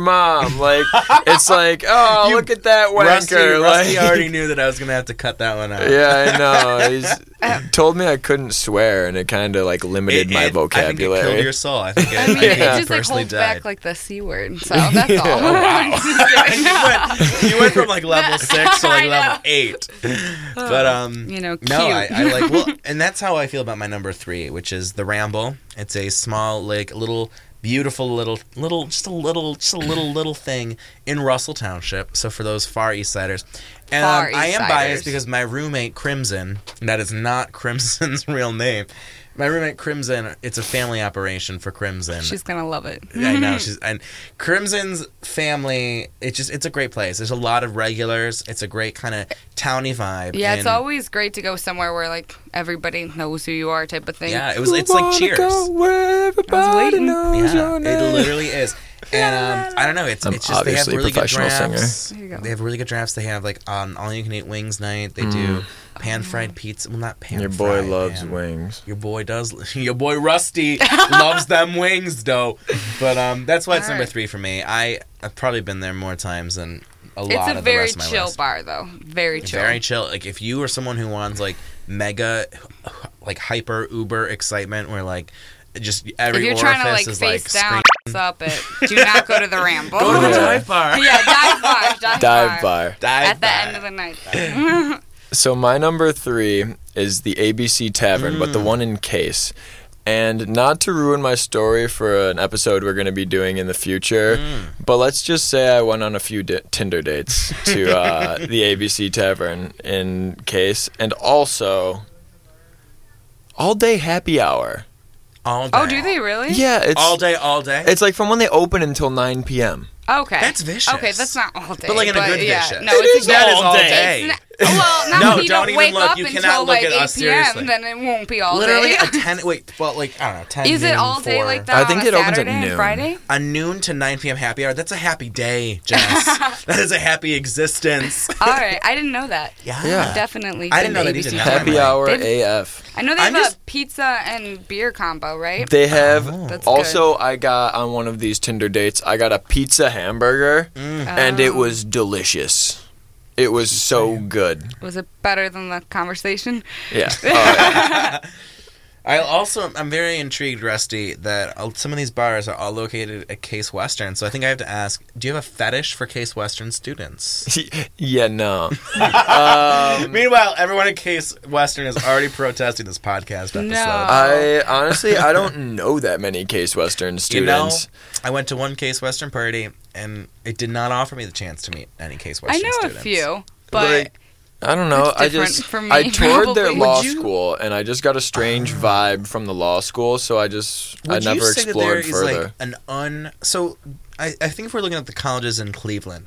A: [laughs]
B: mom." Like it's like, "Oh,
A: You
B: look at that wanker."
A: Rusty, Rusty [laughs]
B: like, [laughs]
A: already knew that I was gonna have to cut that one out.
B: yeah,
A: [laughs]
B: I know. He's he told me I couldn't swear, and it kind of like
A: It-
B: limited
A: it- I
B: my
A: think it killed
B: vocabulary.
A: your soul. I think it,
C: [laughs] I mean,
A: think
B: Yeah.
C: it
A: it
C: just like
A: personally
C: holds
A: died. [laughs]
C: back like the c word. So that's all.
B: Oh,
C: [laughs]
A: wow. [laughs] you, went, you went from like level six to like
C: I
A: level
C: know.
A: eight. But um,
C: You know, cute.
A: No, I, I
C: [laughs]
A: like well, and that's how I feel about my number three, which is the Ramble. It's a small, like little, beautiful little, little, just a little, just a little, little thing in Russell Township. So for those Far East Siders, and
C: Far
A: I am
C: East
A: biased
C: Siders.
A: because my roommate Crimson, and that is not [laughs] Crimson's real name. My roommate Crimson, it's a family operation for Crimson.
C: She's gonna love it.
A: I
C: [laughs]
A: know she's and Crimson's family. It's just it's a great place. There's a lot of regulars. It's a great kind of towny vibe.
C: Yeah, it's
A: and-
C: always great to go somewhere where like everybody knows who you are, type of thing.
A: Yeah, it was. It's like Cheers.
C: everybody
B: knows
A: Yeah, it literally is. And um, I don't know. It's
B: I'm
A: it's just they have
B: obviously a
A: really good
B: professional singer.
A: drafts.
C: There you go.
A: They have really good drafts. They have like um, all you can eat wings night. They do
C: Oh,
A: pan fried pizza. Well, not pan.
B: Mm. Your boy
A: fried,
B: loves
A: man.
B: wings.
A: Your boy does. [laughs] Your boy
C: [laughs]
A: Rusty loves them wings, though. But um, that's why it's number
C: Alright.
A: three for me. I I've probably been there more times than a lot
C: It's a
A: of
C: very
A: the rest of my
C: chill
A: list.
C: bar, though. Very chill.
A: Very chill. Like if you are someone who wants like mega, like hyper uber excitement, where like just every
C: if you're
A: orifice
C: trying to like
A: is
C: face
A: like
C: down, ass up it.
A: [laughs]
C: Do not go to the ramble.
A: Go to the
B: Yeah.
A: dive bar.
C: [laughs] yeah, dive bar. Dive,
B: Dive bar.
A: [laughs] Dive
C: At the
A: bar.
C: end of the night.
B: So my number three is the ABC Tavern, but the
A: Mm.
B: one in Case. And not to ruin my story for an episode we're going to be doing in the future,
A: Mm. Mm-hmm.
B: but let's just say I went on a few di- Tinder dates to
A: [laughs]
B: uh, the ABC Tavern in Case, and also all day happy hour.
A: all day.
C: Oh, do they really?
B: Yeah, it's
A: Eh. All day, all day.
B: It's like from when they open until 9 p.m.
C: Okay.
A: That's vicious.
C: Okay, that's not all day.
A: But, like, in a good
C: yeah,
A: vicious.
C: No,
A: It
C: it's
B: is
C: a good
A: that is all
B: all
A: day.
C: It's not-
A: [laughs]
C: well, not
A: No,
C: if you
A: don't
C: don't,
A: even
C: wake
A: look.
C: up
A: You
C: until
A: cannot look
C: like
A: at
C: 8
A: us, seriously.
C: p.m. Then it won't be all
A: Literally
C: day.
A: a ten.
C: [laughs]
A: Wait, well, like I don't know, ten.
C: Is it
A: noon,
C: all day
A: four.
C: like that?
B: I think
C: on a
B: it opens at
C: Saturday and
A: [laughs]
B: noon.
C: Friday.
A: A noon to nine p.m. happy hour. That's a happy day,
C: [laughs]
A: Jess. that is a happy existence.
C: All right, I didn't know that.
A: Yeah.
B: Yeah.
C: Definitely.
A: I didn't
C: send
A: know
C: to
A: that
C: ABC
A: either.
C: Family.
B: Happy
A: right.
B: hour eh?
C: They-
B: AF.
C: I know they
A: I'm
C: have
A: just-
C: a pizza and beer combo, right?
B: They have
A: Oh,
C: That's
B: also I got on one of these Tinder dates, I got a pizza hamburger
A: Mm.
B: and it
C: Oh.
B: was delicious. It was so good.
C: Was it better than the conversation?
B: Yeah.
A: [laughs]
B: Oh, yeah.
A: I also I'm very intrigued, Rusty, that all- some of these bars are all located at Case Western. So I think I have to ask: Do you have a fetish for Case Western students?
B: [laughs] yeah, no.
A: [laughs]
B: um,
A: Meanwhile, everyone at Case Western is already protesting this podcast episode.
C: No. Uh,
B: I honestly I don't know that many Case Western
A: You know,
B: students.
A: I went to one Case Western party, and it did not offer me the chance to meet any Case
C: I
A: Western
C: know
A: students.
C: a few, but
B: Like, I don't know.
C: That's
B: I
C: different
B: just
C: from
B: I
C: me,
B: toured their
C: probably.
B: law
A: Would you-
B: school, and I just got a strange vibe from the law school, so I just
A: Oh. Would
B: I
A: you
B: never
A: say that there
B: explored
A: is [laughs]
B: further.
A: like an un? So I, I think if we're looking at the colleges in Cleveland,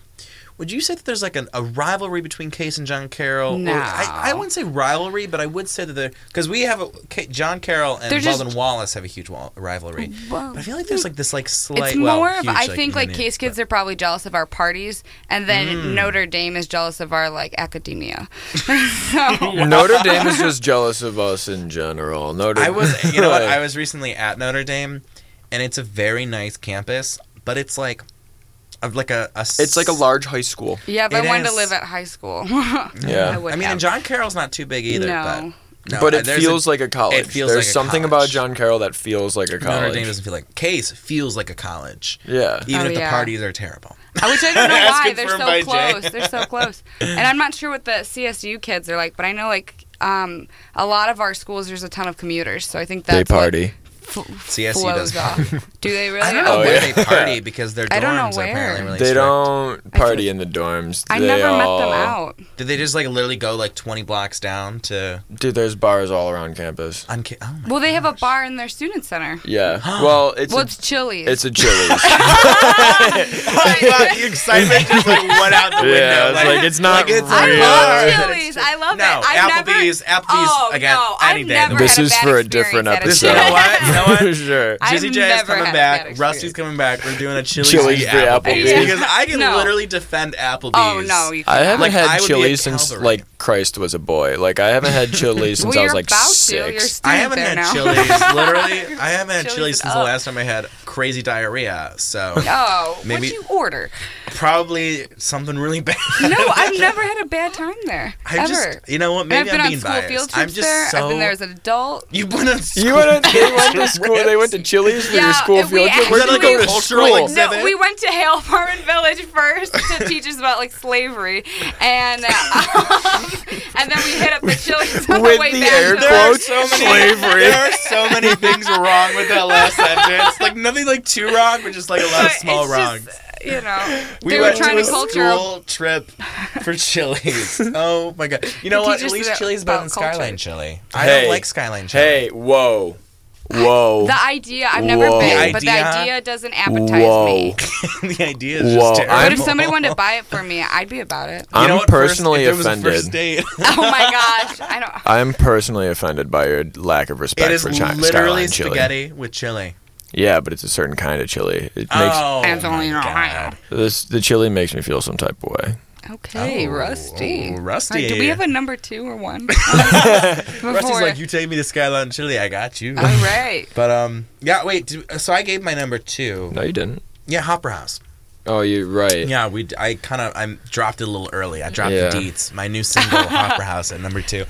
A: would you say that there's like an, a rivalry between Case and John Carroll? Or-
C: No.
A: I, I wouldn't say rivalry, but I would say that there because we have a, Ca- John Carroll and
C: They're just-
A: Weldon Wallace have a huge wall, rivalry.
C: Well,
A: But I feel like there's like this like slight.
C: it's
A: well,
C: more of
A: huge,
C: I think like
A: mini-
C: case kids are probably jealous of our parties, and then
A: Mm.
C: Notre Dame is jealous of our like
A: [laughs]
C: academia. [laughs] so,
B: Notre Dame is just jealous of us in general. Notre
A: I
C: [laughs]
A: was, you know what? I was recently at Notre Dame, and it's a very nice campus, but it's like, of like a, a s-
B: it's like a large high school.
C: yeah, if I
A: It
C: wanted
A: is.
C: to live at high school, [laughs]
B: Yeah.
C: I would.
A: I mean, and John Carroll's not too big either.
C: No.
A: but, no,
B: but it
A: there's a-
B: feels like a college.
A: feels
B: There's
A: like a
B: something about
A: college.
B: John Carroll that feels like a college.
A: Notre Dame doesn't feel like Case feels like a college,
B: yeah.
A: even
C: Oh,
A: if the
C: yeah.
A: parties are terrible.
C: I- which I
A: [laughs]
C: don't know
A: That's
C: why they're
A: confirmed
C: so
A: by Jay.
C: close. They're so close, and I'm not sure what the CSU kids are like, but I know like um, a lot of our schools there's a ton of commuters, so I think that's
B: They
C: what
B: party.
A: CSU
C: flows
A: E does. [laughs]
C: off. Do they really?
A: I don't know
B: Oh,
A: where
B: yeah.
A: they
B: [laughs]
A: party because their dorms
C: I don't know
A: are apparently
C: where.
A: really
B: They
A: strict.
B: don't
C: I
B: party
C: feel-
B: in the dorms.
C: I
B: They
C: never met
B: all-
C: them out.
A: Did they just like literally go like 20 blocks down to?
B: Dude, there's bars all around campus.
A: I'm ki- oh my
C: Well, they have a bar in their student center.
A: [gasps]
B: Yeah. Well, it's
C: well,
B: a,
C: it's Chili's. [laughs]
B: it's a Chili's.
A: [laughs] God,
B: [laughs]
A: the excitement just like went out the window.
B: Yeah, it's like, it's not
C: I
B: real. [laughs]
C: love
A: Yeah.
C: Chili's. I love
A: No,
C: it. I've
A: Applebee's-
C: Never,
A: Applebee's,
C: oh,
A: again,
C: no,
A: any
C: I've
A: day.
C: never
B: this
C: had
B: is
C: bad
B: for a
C: experience
B: different
C: at
A: This-
B: episode.
A: you know what? You know [laughs]
B: For
A: what?
B: sure.
C: I've
A: Jizzy J is
C: never
A: coming
C: had that
A: back.
C: experience.
A: Rusty's coming back. We're doing a Chili's,
B: Chili's
A: v
B: v. Applebee's.
C: Yeah.
A: because I can
C: No.
A: literally defend Applebee's.
C: Oh no, you
B: I haven't
A: Like,
B: had
A: I would be a
B: chili since
A: Calvary.
B: like Christ was a boy. Like I haven't had chili since
C: well,
B: I was
C: you're
B: like
C: about to. You're a
B: six.
C: student
A: I haven't
C: there
A: had
C: now.
A: Chili's.
C: [laughs]
A: Literally, I haven't had
C: Chili's
A: Chili's
C: is
A: since the
C: up.
A: last time I had crazy diarrhea. So
C: Oh,
A: Maybe-
C: what'd you order?
A: probably something really bad.
C: No,
A: [laughs]
C: I've never had a bad time there
A: I
C: ever.
A: just, you know what?
C: and I've
A: Maybe
C: been
A: I'm
C: on
A: being
C: school
A: biased.
C: field trips
A: I'm just
C: there.
A: so.
C: I've been there as an adult.
A: [laughs] You've been
C: [laughs]
A: on school.
B: You went to, they went to school. They went to Chili's for
C: Yeah,
B: your school
C: if we
B: field trip. Where did
A: actually-
B: you go to
A: Cultural
B: school?
A: exhibit.
C: No, we went to Hale Farm and Village first to [laughs] teach us about like slavery, and uh, [laughs] and then we hit up the Chili's on
B: [laughs]
C: the
B: With
C: way
B: the
C: back.
B: air
C: to the-
A: There are
B: quotes,
A: so many- [laughs]
B: slavery.
A: There are so many things wrong with that
C: [laughs]
A: last sentence. Like nothing like too wrong, but just like a lot of
C: But
A: small
C: it's
A: wrongs.
C: just, you know,
A: we
C: they were
A: went
C: trying
A: to a
C: to culture.
A: school trip for
C: [laughs]
A: Chili's. oh my god! You know
C: The
A: what? At
C: teachers
A: least
C: about-
A: Chili's better than
C: about culture.
A: Skyline Chili. I
B: Hey.
A: don't like Skyline Chili.
B: Hey, whoa, whoa,
C: The idea, I've never
B: Whoa.
C: been,
A: The
C: but the
A: idea?
C: idea doesn't appetize
B: whoa.
C: me.
A: [laughs] the idea is
B: Whoa,
A: just terrible.
B: I'm-
C: But if somebody
A: [laughs]
C: wanted to buy it for me, I'd be about it.
A: You know
B: I'm
A: what? First-
B: personally
A: if it was a first
B: offended.
A: date,
C: Oh my gosh, I don't.
B: I'm personally offended by your lack of
A: it
B: respect
A: is
B: for chi-
A: literally
B: Skyline chili.
A: spaghetti with chili.
B: Yeah, but it's a certain kind of chili. It makes
A: [laughs] Oh,
C: And it's only
A: my
C: in Ohio.
A: God.
B: this the chili makes me feel some type of way.
C: Okay,
A: Oh,
C: Rusty.
A: oh, Rusty.
C: All right, do we have a number two
A: [laughs]
C: or one? [laughs] Before.
A: Rusty's like, you take me to Skyline Chili, I got you.
C: [laughs] All right.
A: But um, yeah. Wait. do- So I gave my number two.
B: No, you didn't.
A: Yeah, Hopper House.
B: Oh, you're right.
A: Yeah, we. I kind of. I dropped it a little early. I dropped
B: Yeah.
A: the deets. My new single,
C: [laughs]
A: Hopper House, at number two.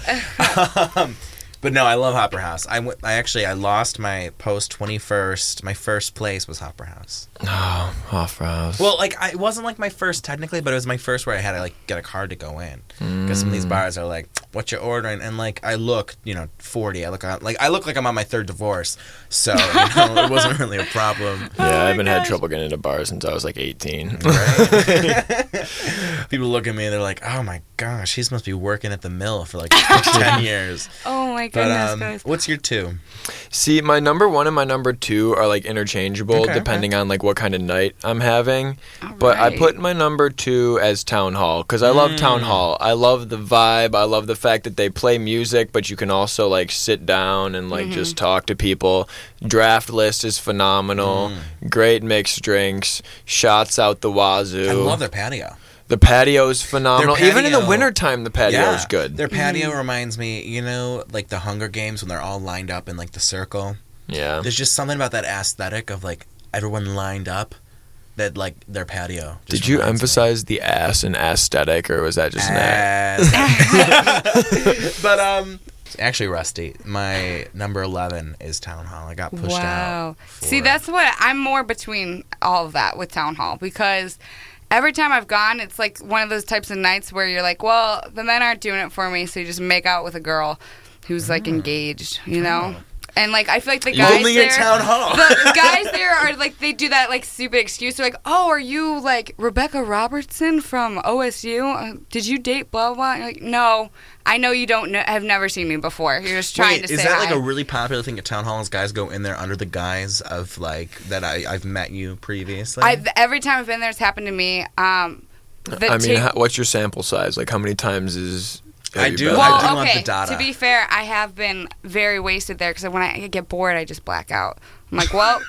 A: um, but no, I love Hopper House. I went- I actually I lost my post twenty first. My first place was Hopper House.
B: Oh, off Rouse.
A: Well, like I, it wasn't like my first technically, but it was my first where I had to like get a card to go in because some of
B: Mm.
A: these bars are like, "What you ordering?" And like I look, you know, forty. I look on, like I look like I'm on my third divorce, so you
B: [laughs]
A: know, it wasn't really a problem.
B: yeah, I
C: my
B: haven't had
C: gosh.
B: trouble getting into bars since I was like
A: [laughs]
B: 18. [laughs]
A: People look at me and they're like, "Oh my gosh, he must be working at the mill for like [laughs] ten years."
C: Oh my
A: But
C: Goodness,
A: um,
C: guys.
A: what's your two?
B: See, my number one and my number two are like interchangeable
A: Okay,
B: depending on like what kind of night I'm having. But I
C: Alright.
B: put my number two as Town Hall because I love
A: Mm.
B: Town Hall. I love the vibe. I love the fact that they play music, but you can also like sit down and like just
A: Mm-hmm.
B: talk to people. Draft list is phenomenal.
A: Mm.
B: Great mixed drinks. Shots out the wazoo.
A: I love their patio.
B: the patio's phenomenal.
A: Their
B: Even in the
A: patio-
B: wintertime, the patio's
A: yeah,
B: good.
A: Their patio reminds me, you know, like the Hunger Games when they're all lined up in like the circle.
B: yeah.
A: There's just something about that aesthetic of like everyone lined up that like their patio. just
B: Did you
A: reminds me.
B: emphasize the ass and aesthetic, or was that just an ass?
A: Ass. [laughs] but um, actually, Rusty, my number eleven is Town Hall. I got pushed
C: wow.
A: out. for-
C: See, that's what I'm more between all of that with town hall because every time I've gone, it's like one of those types of nights where you're like, well, the men aren't doing it for me, so you just make out with a girl who's like engaged, you know. And like I feel like the guys
A: Ah. only
C: there,
A: at Town Hall.
C: the guys there are like they do that like stupid excuse. They're like, "Oh, are you like Rebecca Robertson from OSU? Uh, did you date blah blah?" And you're like, no, I know you don't know, have never seen me before. You're just trying
A: Wait,
C: to
A: is
C: say
A: that like
C: hi."
A: a really popular thing at town halls? Guys go in there under the guise of like that I, I've met you previously.
C: I've, every time I've been there, it's happened to me. Um, the
B: I mean,
C: two-
B: how, what's your sample size? Like, how many times is? have
A: I
B: you
A: do-
B: been
A: I
C: well,
A: do
B: there?
A: want
C: okay.
A: the data.
C: To be fair, I have been very wasted there because when I get bored, I just black out. I'm like, well,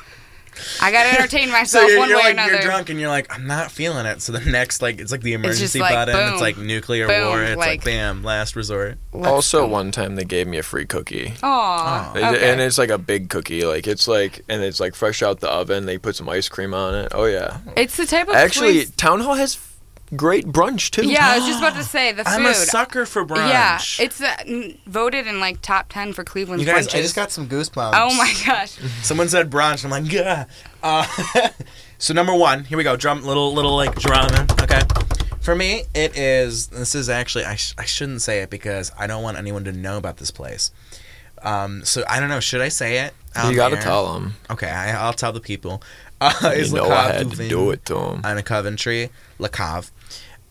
C: I gotta
A: [laughs]
C: entertain
A: so
C: myself
A: you're,
C: one
A: you're
C: way or
A: like
C: another.
A: you're drunk and you're like I'm not feeling it. So the next like it's like the
C: just
A: emergency
C: like,
A: button.
C: boom,
A: it's like nuclear
C: boom,
A: war. It's like,
C: like-
A: bam, last resort.
C: Let's-
B: Also, one time they gave me a free cookie,
C: Aw,
A: Oh.
C: okay.
B: and it's like a big cookie. Like it's like, and it's like fresh out the oven. They put some ice cream on it. Oh yeah.
C: it's the type of
B: Actually,
C: place-
B: Town Hall has f- great brunch too.
C: Yeah, I was just about to say the food.
A: Ah, I'm a sucker for brunch.
C: Yeah, it's uh, n- voted in like top ten for Cleveland.
A: you guys. I
C: brunches.
A: just got some goosebumps.
C: Oh my [laughs] gosh!
A: [laughs] Someone said brunch. I'm like, yeah. Uh, [laughs] so number one, here we go. Drum, little, little like drumming. Okay. For me, it is. This is actually. I, sh- I shouldn't say it because I don't want anyone to know about this place. Um. So I don't know. Should I say it?
B: You
A: on
B: gotta
A: air?
B: tell them.
A: Okay. I, I'll tell the people. [laughs] Uh,
B: You
A: it's
B: know
A: Le
B: I
A: Cave
B: had to
A: Louvain
B: do it to them.
A: on a Coventry, La Cave.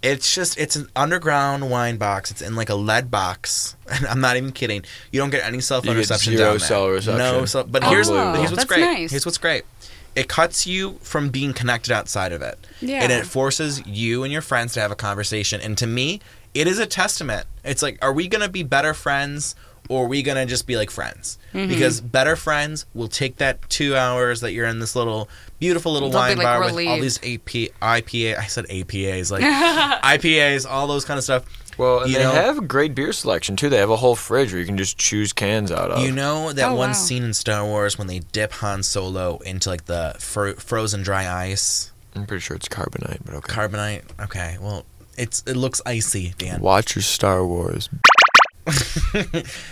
A: It's just it's an underground wine box. It's in like a lead box, [laughs] and I'm not even kidding. You don't get any cell phone
B: You get
A: reception.
B: zero
A: down there.
B: cell reception.
A: No cell. But here's
C: Unbelievable.
A: but here's what's
C: That's
A: great.
C: nice.
A: Here's what's great. It cuts you from being connected outside of it,
C: Yeah.
A: and it forces you and your friends to have a conversation. And to me, it is a testament. It's like, are we gonna be better friends? Or are we gonna just be like friends?
C: Mm-hmm.
A: Because better friends will take that two hours that you're in this little beautiful little
C: They'll be,
A: wine
C: like,
A: bar with all
C: relieved.
A: these AP, IPA. I said APAs,
C: [laughs]
A: like IPAs, all those kind of stuff.
B: Well, and
A: You
B: they
A: know-
B: have great beer selection too. They have a whole fridge where you can just choose cans out of.
A: You know that
C: Oh,
A: one
C: wow.
A: scene in Star Wars when they dip Han Solo into like the fro- frozen dry ice
B: I'm pretty sure it's carbonite, but okay.
A: carbonite? Okay, well, it's it looks icy, Dan.
B: Watch your Star Wars.
A: [laughs]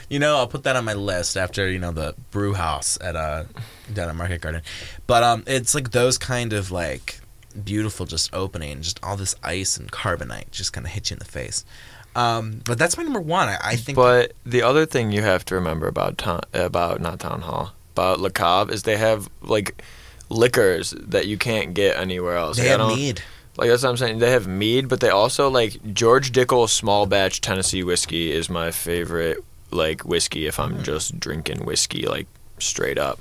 A: you know, I'll put that on my list after you know the brew house at uh down at Market Garden. But um, it's like those kind of like beautiful just opening, just all this ice and carbonite just kind of hit you in the face. Um, but that's my number one. I, I think.
B: But the other thing you have to remember about town, about not town hall about Le Cave is they have like liquors that you can't get anywhere else.
A: they
B: Like, I
A: have
B: don't-
A: mead.
B: Like that's what I'm saying. They have mead, but they also like George Dickel small batch Tennessee whiskey is my favorite like whiskey if I'm just drinking whiskey like straight up.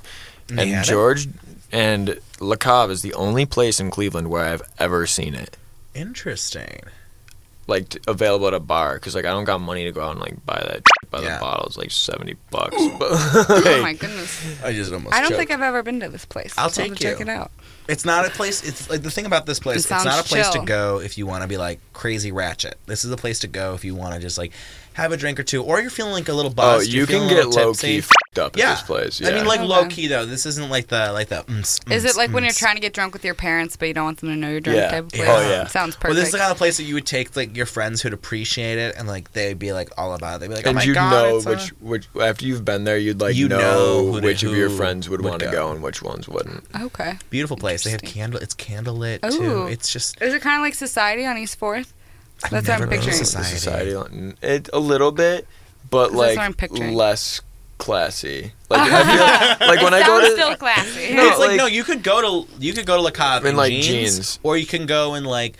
A: And Mm. they
B: and
A: had it?
B: George and Le Cave is the only place in Cleveland where I've ever seen it.
A: Interesting.
B: Like t- available at a bar because like I don't got money to go out and like buy that by
A: Yeah.
B: the bottle. It's like seventy bucks.
A: [laughs]
B: But,
C: Oh
B: like,
C: my goodness!
A: I just almost.
C: I don't
A: choked.
C: think I've ever been to this place.
A: I'll
C: so I'm gonna
A: take you.
C: Check it out.
A: It's not a place. It's like the thing about this place.
C: It
A: It's
C: sounds
A: not a place
C: chill.
A: to go if you want to be like crazy ratchet. This is a place to go if you want to just like have a drink or two, or you're feeling like a little
B: oh,
A: buzzed.
B: you
A: you're feeling
B: can
A: a
B: get
A: little
B: low
A: tipsy.
B: key up
A: yeah.
B: at this place. Yeah.
A: I mean, like
C: Okay.
A: low key though. This isn't like the like the. mm, mm,
C: Is it like when
A: mm,
C: you're
A: mm.
C: trying to get drunk with your parents, but you don't want them to know you're drunk?
B: Yeah.
C: Type of
A: Yeah.
C: place?
A: Oh,
B: yeah.
C: Sounds
A: Well,
C: perfect.
A: this is the kind of place that you would take like your friends who'd appreciate it, and like they'd be like all about it. They'd be like, "Oh
B: and
A: my
B: you
A: god!"
B: know
A: it's a-
B: which which after you've been there, you'd like
A: You
B: know,
A: know who to-
B: which of your
A: who
B: friends would,
A: would
B: want to
A: go.
B: go. and which ones wouldn't.
C: okay.
A: beautiful place. They have
C: Interesting.
A: candle. It's candlelit too.
C: Ooh.
A: It's just.
C: Is it kind of like Society on East Fourth?
A: I've
C: That's what
A: never
C: I'm
A: been to
C: picturing.
B: The
A: society.
B: Society, it a little bit, but
C: That's what
B: like
C: I'm picturing.
B: less classy. Like I
C: [laughs]
B: feel like when I go
C: Sounds
B: to
C: still classy.
B: No,
A: it's
C: [laughs]
A: like, [laughs]
B: like-
A: no, you could go to you could go to La Cave
B: In,
A: in
B: like,
A: jeans,
B: jeans.
A: or you can go in like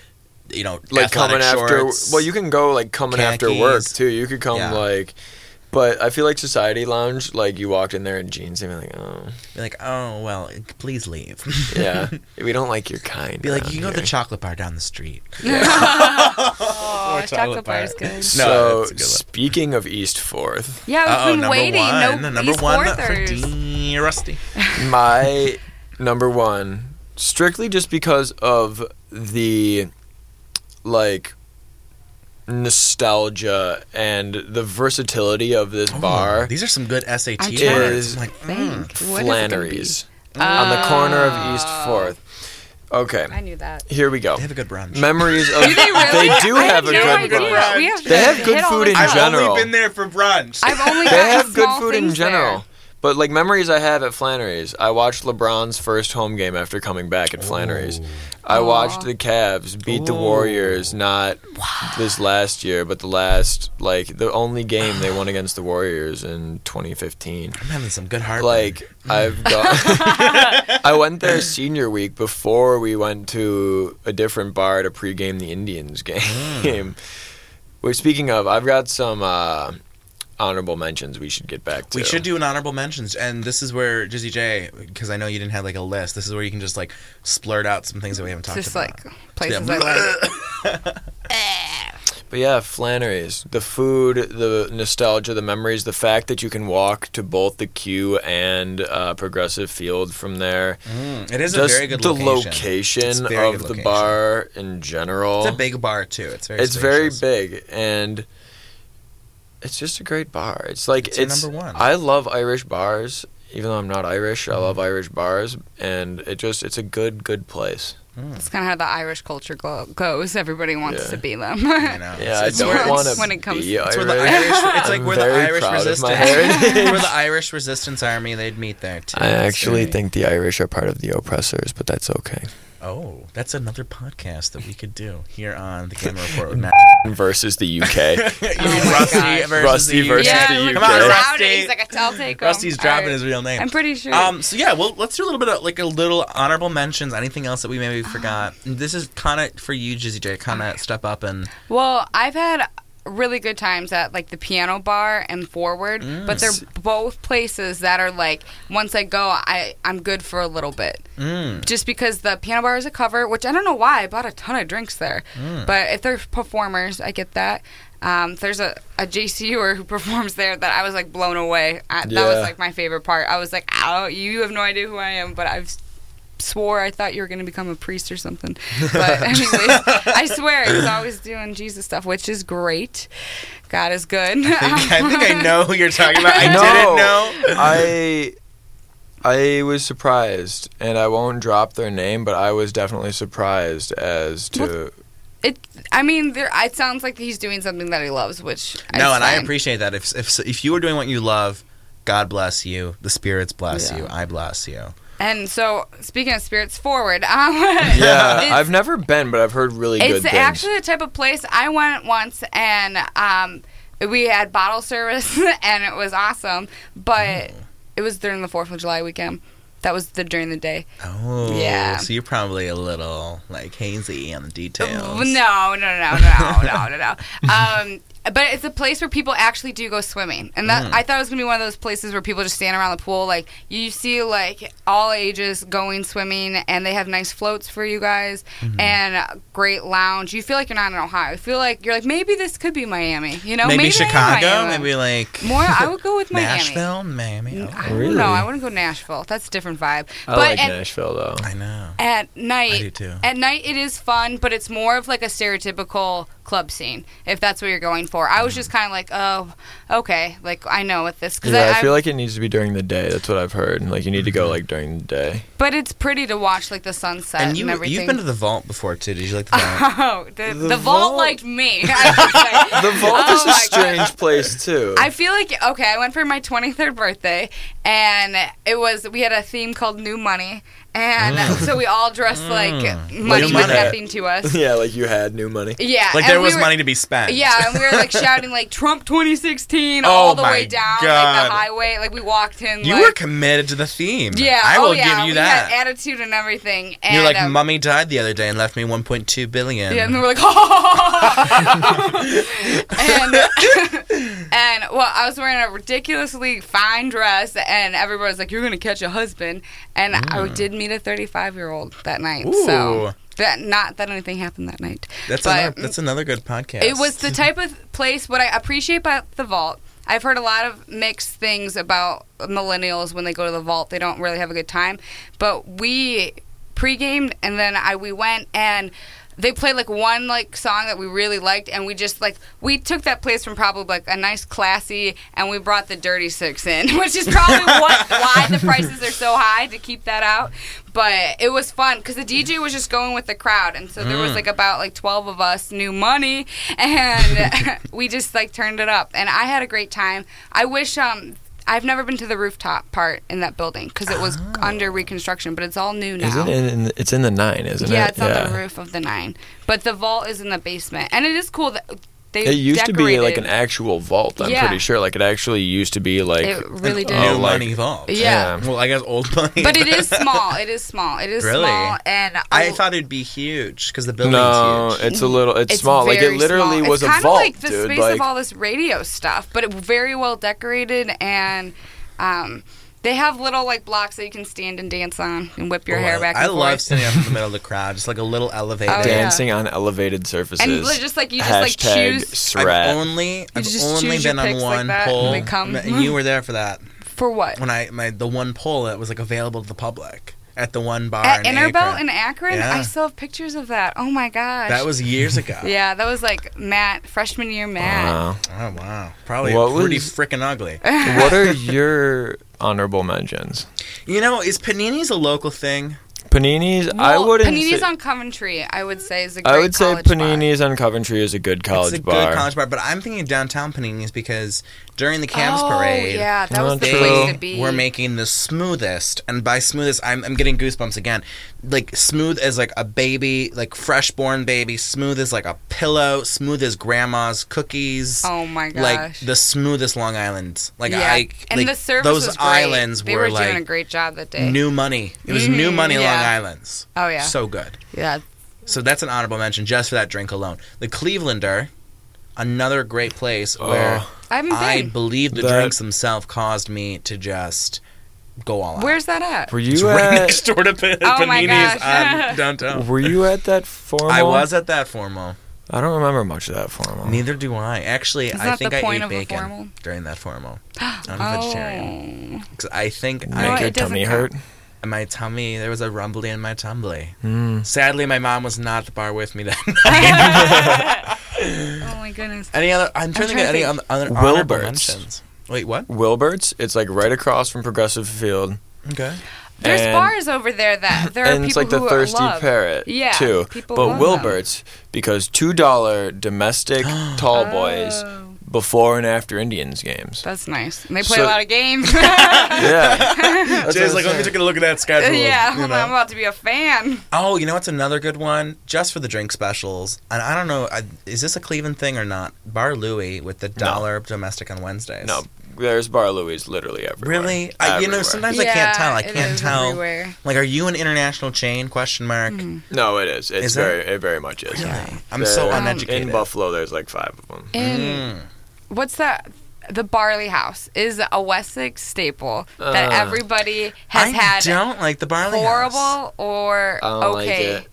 A: you know
B: like
A: athletic
B: coming
A: shorts.
B: after well, you can go like coming after work
A: khakis.
B: too. You could come
A: Yeah.
B: like But I feel like Society Lounge, like you walked in there in jeans and be like, oh,
A: Be like, oh well, please leave.
B: yeah, we don't like your
A: [laughs]
B: kind.
A: Be like,
B: around
A: you go to
B: here."
A: the chocolate bar down the street.
C: Oh,
A: Or
C: chocolate
A: chocolate
C: bar is
A: [laughs] bar. No,
C: good.
B: So
A: that's a good one.
B: speaking of East Fourth,
C: Yeah,
A: Oh,
C: we've been
A: number
C: waiting.
A: one,
C: no,
A: number
C: East
A: one for
C: Forthers.
A: D. Rusty. [laughs]
B: my number one, strictly just because of the like nostalgia and the versatility of
A: Oh,
B: this bar.
A: These are some good SAT
C: I tried.
A: words. I'm like, mm.
C: Think. What is it gonna be?
B: Flannery's on the corner of East
C: Oh.
B: Fourth. Okay,
C: I knew that.
B: here we go.
A: they have a good brunch.
C: [laughs]
B: Memories of
C: Do they
B: [laughs]
C: really?
B: they do
C: I
B: have
C: had
B: a
C: no
B: good
C: idea.
B: brunch.
C: We have
B: They have
C: hit
B: good
C: all
B: food
C: the
B: in
C: time.
A: I've
B: general.
A: only been there for brunch.
C: I've only
B: they
C: gotten
B: have good
C: small
B: food in
C: things there.
B: general. But like memories I have at Flannery's, I watched LeBron's first home game after coming back at Flannery's. I watched the Cavs beat the
A: Ooh.
B: Warriors not this last year, but the last like the only game they won against the Warriors in 2015.
A: I'm having some good heart.
B: Like I've got, [laughs] I went there senior week before we went to a different bar to pregame the Indians game.
A: Hmm.
B: Which speaking of, I've got some uh, honorable mentions we should get back to.
A: we should do an honorable mentions, and this is where Jizzy J, because I know you didn't have like a list. This is where you can just like splurt out some things that we haven't talked
C: Just
A: about.
C: like places
A: Yeah.
C: I like.
B: But yeah, Flannery's. The food, the nostalgia, the memories, the fact that you can walk to both the queue and uh, Progressive Field from there.
A: [laughs] Mm, it is
B: Just
A: a very good
B: the
A: location.
B: location
A: It's
B: of
A: very good
B: the
A: location.
B: bar in general.
A: It's a big bar too. It's very.
B: it's very
A: spacious.
B: big and it's just a great bar. It's like
A: It's
B: it's,
A: our number one.
B: I love Irish bars, even though I'm not Irish. I
A: Mm-hmm.
B: love Irish bars, and it just it's a good good place.
C: That's kind of how the Irish culture go- goes. Everybody wants
B: Yeah.
C: to be
A: [laughs]
C: them. [laughs]
A: You know?
B: Yeah,
A: it's, it's
B: I
A: where
B: don't
A: it's-
B: want to
C: when it comes-
B: be Irish.
A: It's where the Irish. It's like
B: I'm
A: where the
B: very
A: Irish
B: proud of my
A: resistance. [laughs]
B: heritage.
A: where the Irish resistance army. They'd meet there too.
B: [laughs] I
A: It's
B: actually
A: very-
B: think the Irish are part of the oppressors, but that's
A: [laughs]
B: okay.
A: Oh, that's another podcast that we could do here on the Camera Report
B: [laughs]
A: with Matt.
B: Versus
A: [laughs]
B: the UK.
A: You mean
C: my
A: Rusty
C: gosh.
A: Oh versus
B: Rusty
A: the-
B: versus
C: yeah,
B: the
C: look,
B: UK.
C: he's
A: Come on,
C: out.
A: Rusty.
C: He's like a telltale.
A: Rusty's dropping his real name.
C: I'm pretty sure.
A: Um, so yeah, well, let's do a little bit of like a little honorable mentions. Anything else that we maybe forgot? This is kind of for you, Jizzy J. Kind of step up and
C: Well, I've had really good times at like the piano bar and forward, but they're
A: Mm.
C: both places that are like once I go, I I'm good for a little bit. [laughs]
A: mm,
C: Just because the piano bar is a cover, which I don't know why I bought a ton of drinks there,
A: Mm.
C: but if they're performers, I get that. Um, there's a, a JCUer who [laughs] performs there that I was like blown away. I, That was
B: Yeah.
C: like my favorite part. I was like, oh, you have no idea who I am, but I've swore I thought you were going to become a priest
A: [laughs]
C: or something. But anyways, I swear he was always doing Jesus stuff, which is great. God is good.
A: I think, I
C: [laughs]
A: think I know who you're talking about. I
B: No.
A: didn't know.
B: I I was surprised, and I won't drop their name, but I was definitely surprised as to
C: It. I mean, there. It sounds like he's doing something that he loves, which
A: [laughs] no,
C: is
A: and I
C: fine.
A: appreciate that. If if if you are doing what you love, God bless you. The spirits bless
B: Yeah.
A: you. I bless you.
C: And so, speaking of spirits forward, um, [laughs]
B: yeah.
C: it's-
B: I've never been, but I've heard really good
C: It's
B: things.
C: actually the type of place I went once, and um, we had bottle service, [laughs] and it was awesome. But
B: Mm.
C: it was during the Fourth of July weekend. That was the during the day.
A: Oh,
C: Yeah.
A: So you're probably a little like hazy on the details.
C: Oh, No, no, no, no, no, no, no.
A: [laughs]
C: Um, but it's a place where people actually do go swimming, and that
A: Mm.
C: I thought it was gonna be one of those places where people just stand around the pool. Like you see, like all ages going swimming, and they have nice floats for you guys,
A: Mm-hmm.
C: and a great lounge. You feel like you're not in Ohio. You feel like you're like maybe this could be Miami. You know,
A: maybe,
C: I am
A: Chicago.
C: Miami.
A: Maybe like
C: more. I would go with Miami.
A: Nashville, Miami. Oh,
C: I
B: Really?
C: don't know. I wouldn't go Nashville. That's a different vibe.
B: I
C: but
B: like
C: at,
B: Nashville though.
A: I know.
C: at night
A: I do too.
C: at night it is fun but it's more of like a stereotypical club scene if that's what you're going for i was just kind of like oh okay like i know what this because
B: Yeah, I, feel like it needs to be during the day. That's what I've heard. And like you need to go like during the day.
C: [laughs] but it's pretty to watch like the sunset and,
A: And you
C: everything
A: you've been to the vault before too. Did you
C: [laughs]
A: like the vault?
C: oh the, the, vault,
B: vault.
C: liked me
A: [laughs]
C: [laughs] I, should say.
B: The vault
C: Oh
B: is a
C: my God.
B: strange place too.
C: I feel like okay i went for my 23rd birthday and it was we had a theme called new money And
A: Mm.
C: so we all dressed like money
B: you
C: meant
B: had-
C: nothing
A: [laughs]
C: to us.
B: [laughs] yeah, like you had new money.
C: Yeah.
A: Like
C: and
A: there
C: we
A: was
C: were-
A: money to be spent.
C: Yeah, and we were like shouting like Trump 2016
A: Oh
C: all the
A: my
C: way down like
A: God.
C: the highway. Like we walked in.
A: [laughs] You
C: like,
A: were committed to the theme.
C: Yeah.
A: I will
C: oh, yeah.
A: give you
C: we
A: that.
C: had attitude and everything. And,
A: You're like,
C: um,
A: "Mummy died the other day and left me 1.2 billion."
C: Yeah, and they were like, oh. and and well, I was wearing a ridiculously fine dress, and everybody was like, "You're gonna catch a husband." And I did meet a 35 year old that night. So
A: Ooh.
C: that not that anything happened that night.
A: that's
C: but-
A: another. That's another good podcast.
C: It was the type of place what I appreciate about the vault. I've heard a lot of mixed things about millennials when they go to the vault. They don't really have a good time. But we pre-gamed and then I we went and they played like one like song that we really liked and we just like we took that place from probably like a nice classy and we brought the dirty six in, [laughs] which is probably what why the prices are so high to keep that out. But it was fun because the DJ was just going with the crowd, and so there
B: Mm.
C: was like about like twelve of us, new money, [laughs] and we just like turned it up. And I had a great time. I wish um I've never been to the rooftop part in that building because it was under reconstruction, but it's all new now.
B: Isn't Oh. it? In, it's in the nine, isn't
C: yeah,
B: it?
C: it's on the roof of the nine, but the vault is in the basement, and it is cool that they
B: It used to be like an
C: decorated-
B: actual vault. I'm
C: Yeah.
B: pretty sure. Like it actually used to be like
C: it really did.
A: new
B: Oh, like-
A: money vault.
C: yeah.
A: Well, I guess old money.
C: but it is small. It is small. It is
A: Really?
C: small, and
A: [laughs] I thought it'd be huge because the building's
B: no,
A: huge.
B: it's a little. It's,
C: It's
B: small. Like
C: very
B: it literally
C: small.
B: was
C: it's
B: a
C: kind
B: vault,
C: of like the
B: dude.
C: space
B: like
C: of all this radio stuff, but it very well decorated and. Um, they have little like blocks that you can stand and dance on and whip your
A: Oh,
C: hair
A: I-
C: back
A: I
C: and
A: love
C: forth.
A: standing up in the middle of the crowd, just like a little elevator.
C: Oh, yeah.
B: dancing on elevated surfaces.
C: And li- just like you just like
B: Hashtag
C: choose
A: I've
B: Srat.
A: only, I've
C: just
A: only
C: choose your
A: been on
C: picks like
A: one
C: that and
A: poll,
C: they come.
A: and you were there for that
C: for what?
A: when I my the one poll that was like available to the public at the one bar
C: At
A: in
C: Interbelt
A: Akron.
C: in Akron?
A: Yeah.
C: I still have pictures of that. Oh my gosh.
A: that was years ago.
C: [laughs] Yeah, that was like Matt, freshman year Matt.
B: Wow.
A: Oh wow, probably
B: What
A: pretty
B: was-
A: freaking ugly. [laughs]
B: what are your honorable mentions?
A: You know, is Panini's a local thing?
B: Panini's. I
C: Well,
B: wouldn't.
C: Panini's
B: say,
C: on Coventry, I would say, is a great
B: I would say
C: college bar.
B: Panini's on Coventry is a good college
A: it's a
B: bar.
A: good college bar, but I'm thinking downtown Panini's because during the Camps
C: oh,
A: Parade,
C: yeah, that was the
B: True.
C: place to be.
A: We're making the smoothest, and by smoothest, I'm, I'm getting goosebumps again. Like smooth as like a baby, like fresh born baby. Smooth as like a pillow. Smooth as grandma's cookies.
C: Oh my gosh.
A: Like the smoothest Long Island. Like
C: yeah.
A: I,
C: and
A: like,
C: the service
A: those
C: was great.
A: islands
C: they
A: were,
C: were, doing a
A: like
C: great job that day.
A: new money. It was new
C: Mhm,
A: money Long
C: yeah.
A: Islands.
C: oh yeah,
A: So good.
C: yeah.
A: So that's an honorable mention just for that drink alone. The Clevelander, another great place where
B: Oh.
C: I haven't
A: I
C: been.
A: believe the
B: That-
A: drinks themselves caused me to just go all out.
C: Where's that at?
B: Were
A: It's
B: you
A: right
B: at?
A: next door to Pan-
C: Oh my
A: Panini's
C: gosh. [laughs]
A: on downtown.
B: Were you Oh. at that formal?
A: I was at that formal.
B: I don't remember much of that formal.
A: Neither do I. Actually,
C: Isn't
A: I
C: that
A: think
C: the
A: I
C: point
A: ate
C: of a
A: bacon
C: formal?
A: during that
C: [gasps]
A: formal. I'm a vegetarian.
C: Oh,
A: 'Cause I think
B: Make
C: No,
A: I,
B: your
C: it doesn't
B: tummy
C: count.
B: hurt.
A: my tummy, there was a rumbly in my tumbly.
B: Mm.
A: Sadly, my mom was not at the bar with me that [laughs] night.
C: oh [laughs] my goodness.
A: any other, I'm trying to
C: trying
A: think
C: to
A: of any
C: think.
A: other, other honorable
B: Wilberts.
A: mentions. Wait, what?
B: Wilbert's. It's like right across from Progressive Field.
A: Okay.
C: There's
B: And-
C: bars over there that
B: [laughs]
C: there are
B: and
C: people
B: it's like the
C: who
B: thirsty
C: love.
B: parrot
C: Yeah,
B: too
C: people
B: but
C: love
B: wilbert's because two dollar
C: [gasps]
B: domestic tall boys
C: Oh,
B: before and after indians games
C: that's nice. And they play
B: So-
C: a lot
A: [laughs]
C: of games.
B: yeah That's
A: Jay's
B: what
A: like,
B: I'm
A: let me
B: saying.
A: take a look at that schedule.
C: [laughs] yeah,
A: you
C: hold
A: know?
C: on, I'm about to be a fan.
A: Oh, you know what's another good one? Just for the drink specials. And I don't know, I, is this a Cleveland thing or not? Bar Louie with the dollar domestic on Wednesdays.
B: no there's bar louis literally everywhere
A: Really? I, you know,
B: Everywhere.
A: sometimes I can't tell. I
C: it
A: can't
C: is
A: tell.
C: everywhere.
A: Like, are you an international chain? Question mark.
C: Mm.
B: no it is it's
A: Is there?
B: very it very much is
A: I'm
B: There-
A: so
B: Um,
A: uneducated.
B: in buffalo there's like five of them
C: In
A: Mm.
C: what's that? The Barley House is a Wessex staple that
B: Uh,
C: everybody has
A: I
C: had
A: don't like the barley.
C: horrible
A: House.
C: or
B: I don't like
C: okay.
B: it.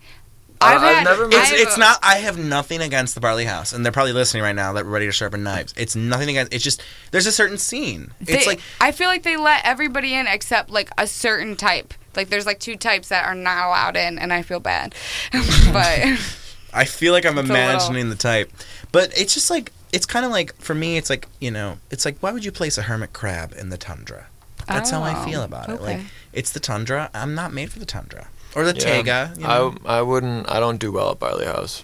B: I- I've never met-
A: It's,
C: I've-
A: it's not. I have nothing against the barley house, and they're probably listening right now. That ready to sharpen knives. It's nothing against. It's just there's a certain scene. it's
C: they-
A: like
C: I feel like they let everybody in except like a certain type. Like there's like two types that are not allowed in, and I feel bad. [laughs]
B: [laughs]
C: but
A: I feel like I'm
C: a little-
A: imagining the type, but it's just like it's kind of like for me. It's like you know. It's like why would you place a hermit crab in the tundra? That's how I
C: Oh,
A: feel about it. Like
C: okay.
A: it's the tundra. I'm not made for the tundra or the
B: Yeah.
A: taiga. You
B: [laughs]
A: know?
B: I, I wouldn't i don't do well at barley house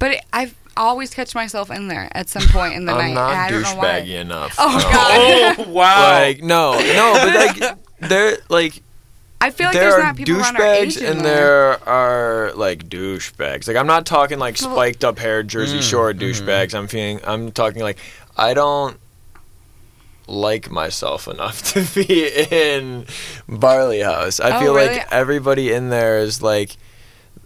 C: but it, I've always catch myself in there at some point in the
B: i'm
C: night, and
B: not
C: I don't know why.
B: douchebaggy enough
C: Oh
B: No.
C: God.
A: oh wow! [laughs]
B: Like no, no, but like they're like
C: I feel like
B: there
C: there's
B: are
C: not people around our
B: douchebags
C: age
B: and
C: anymore.
B: there are like douchebags. Like I'm not talking like
C: Well-
B: spiked up hair Jersey
A: Mm,
B: Shore douchebags. I'm feeling I'm talking like I don't like myself enough [laughs] to be in Barley House. I
C: Oh,
B: feel
C: really?
B: like everybody in there is like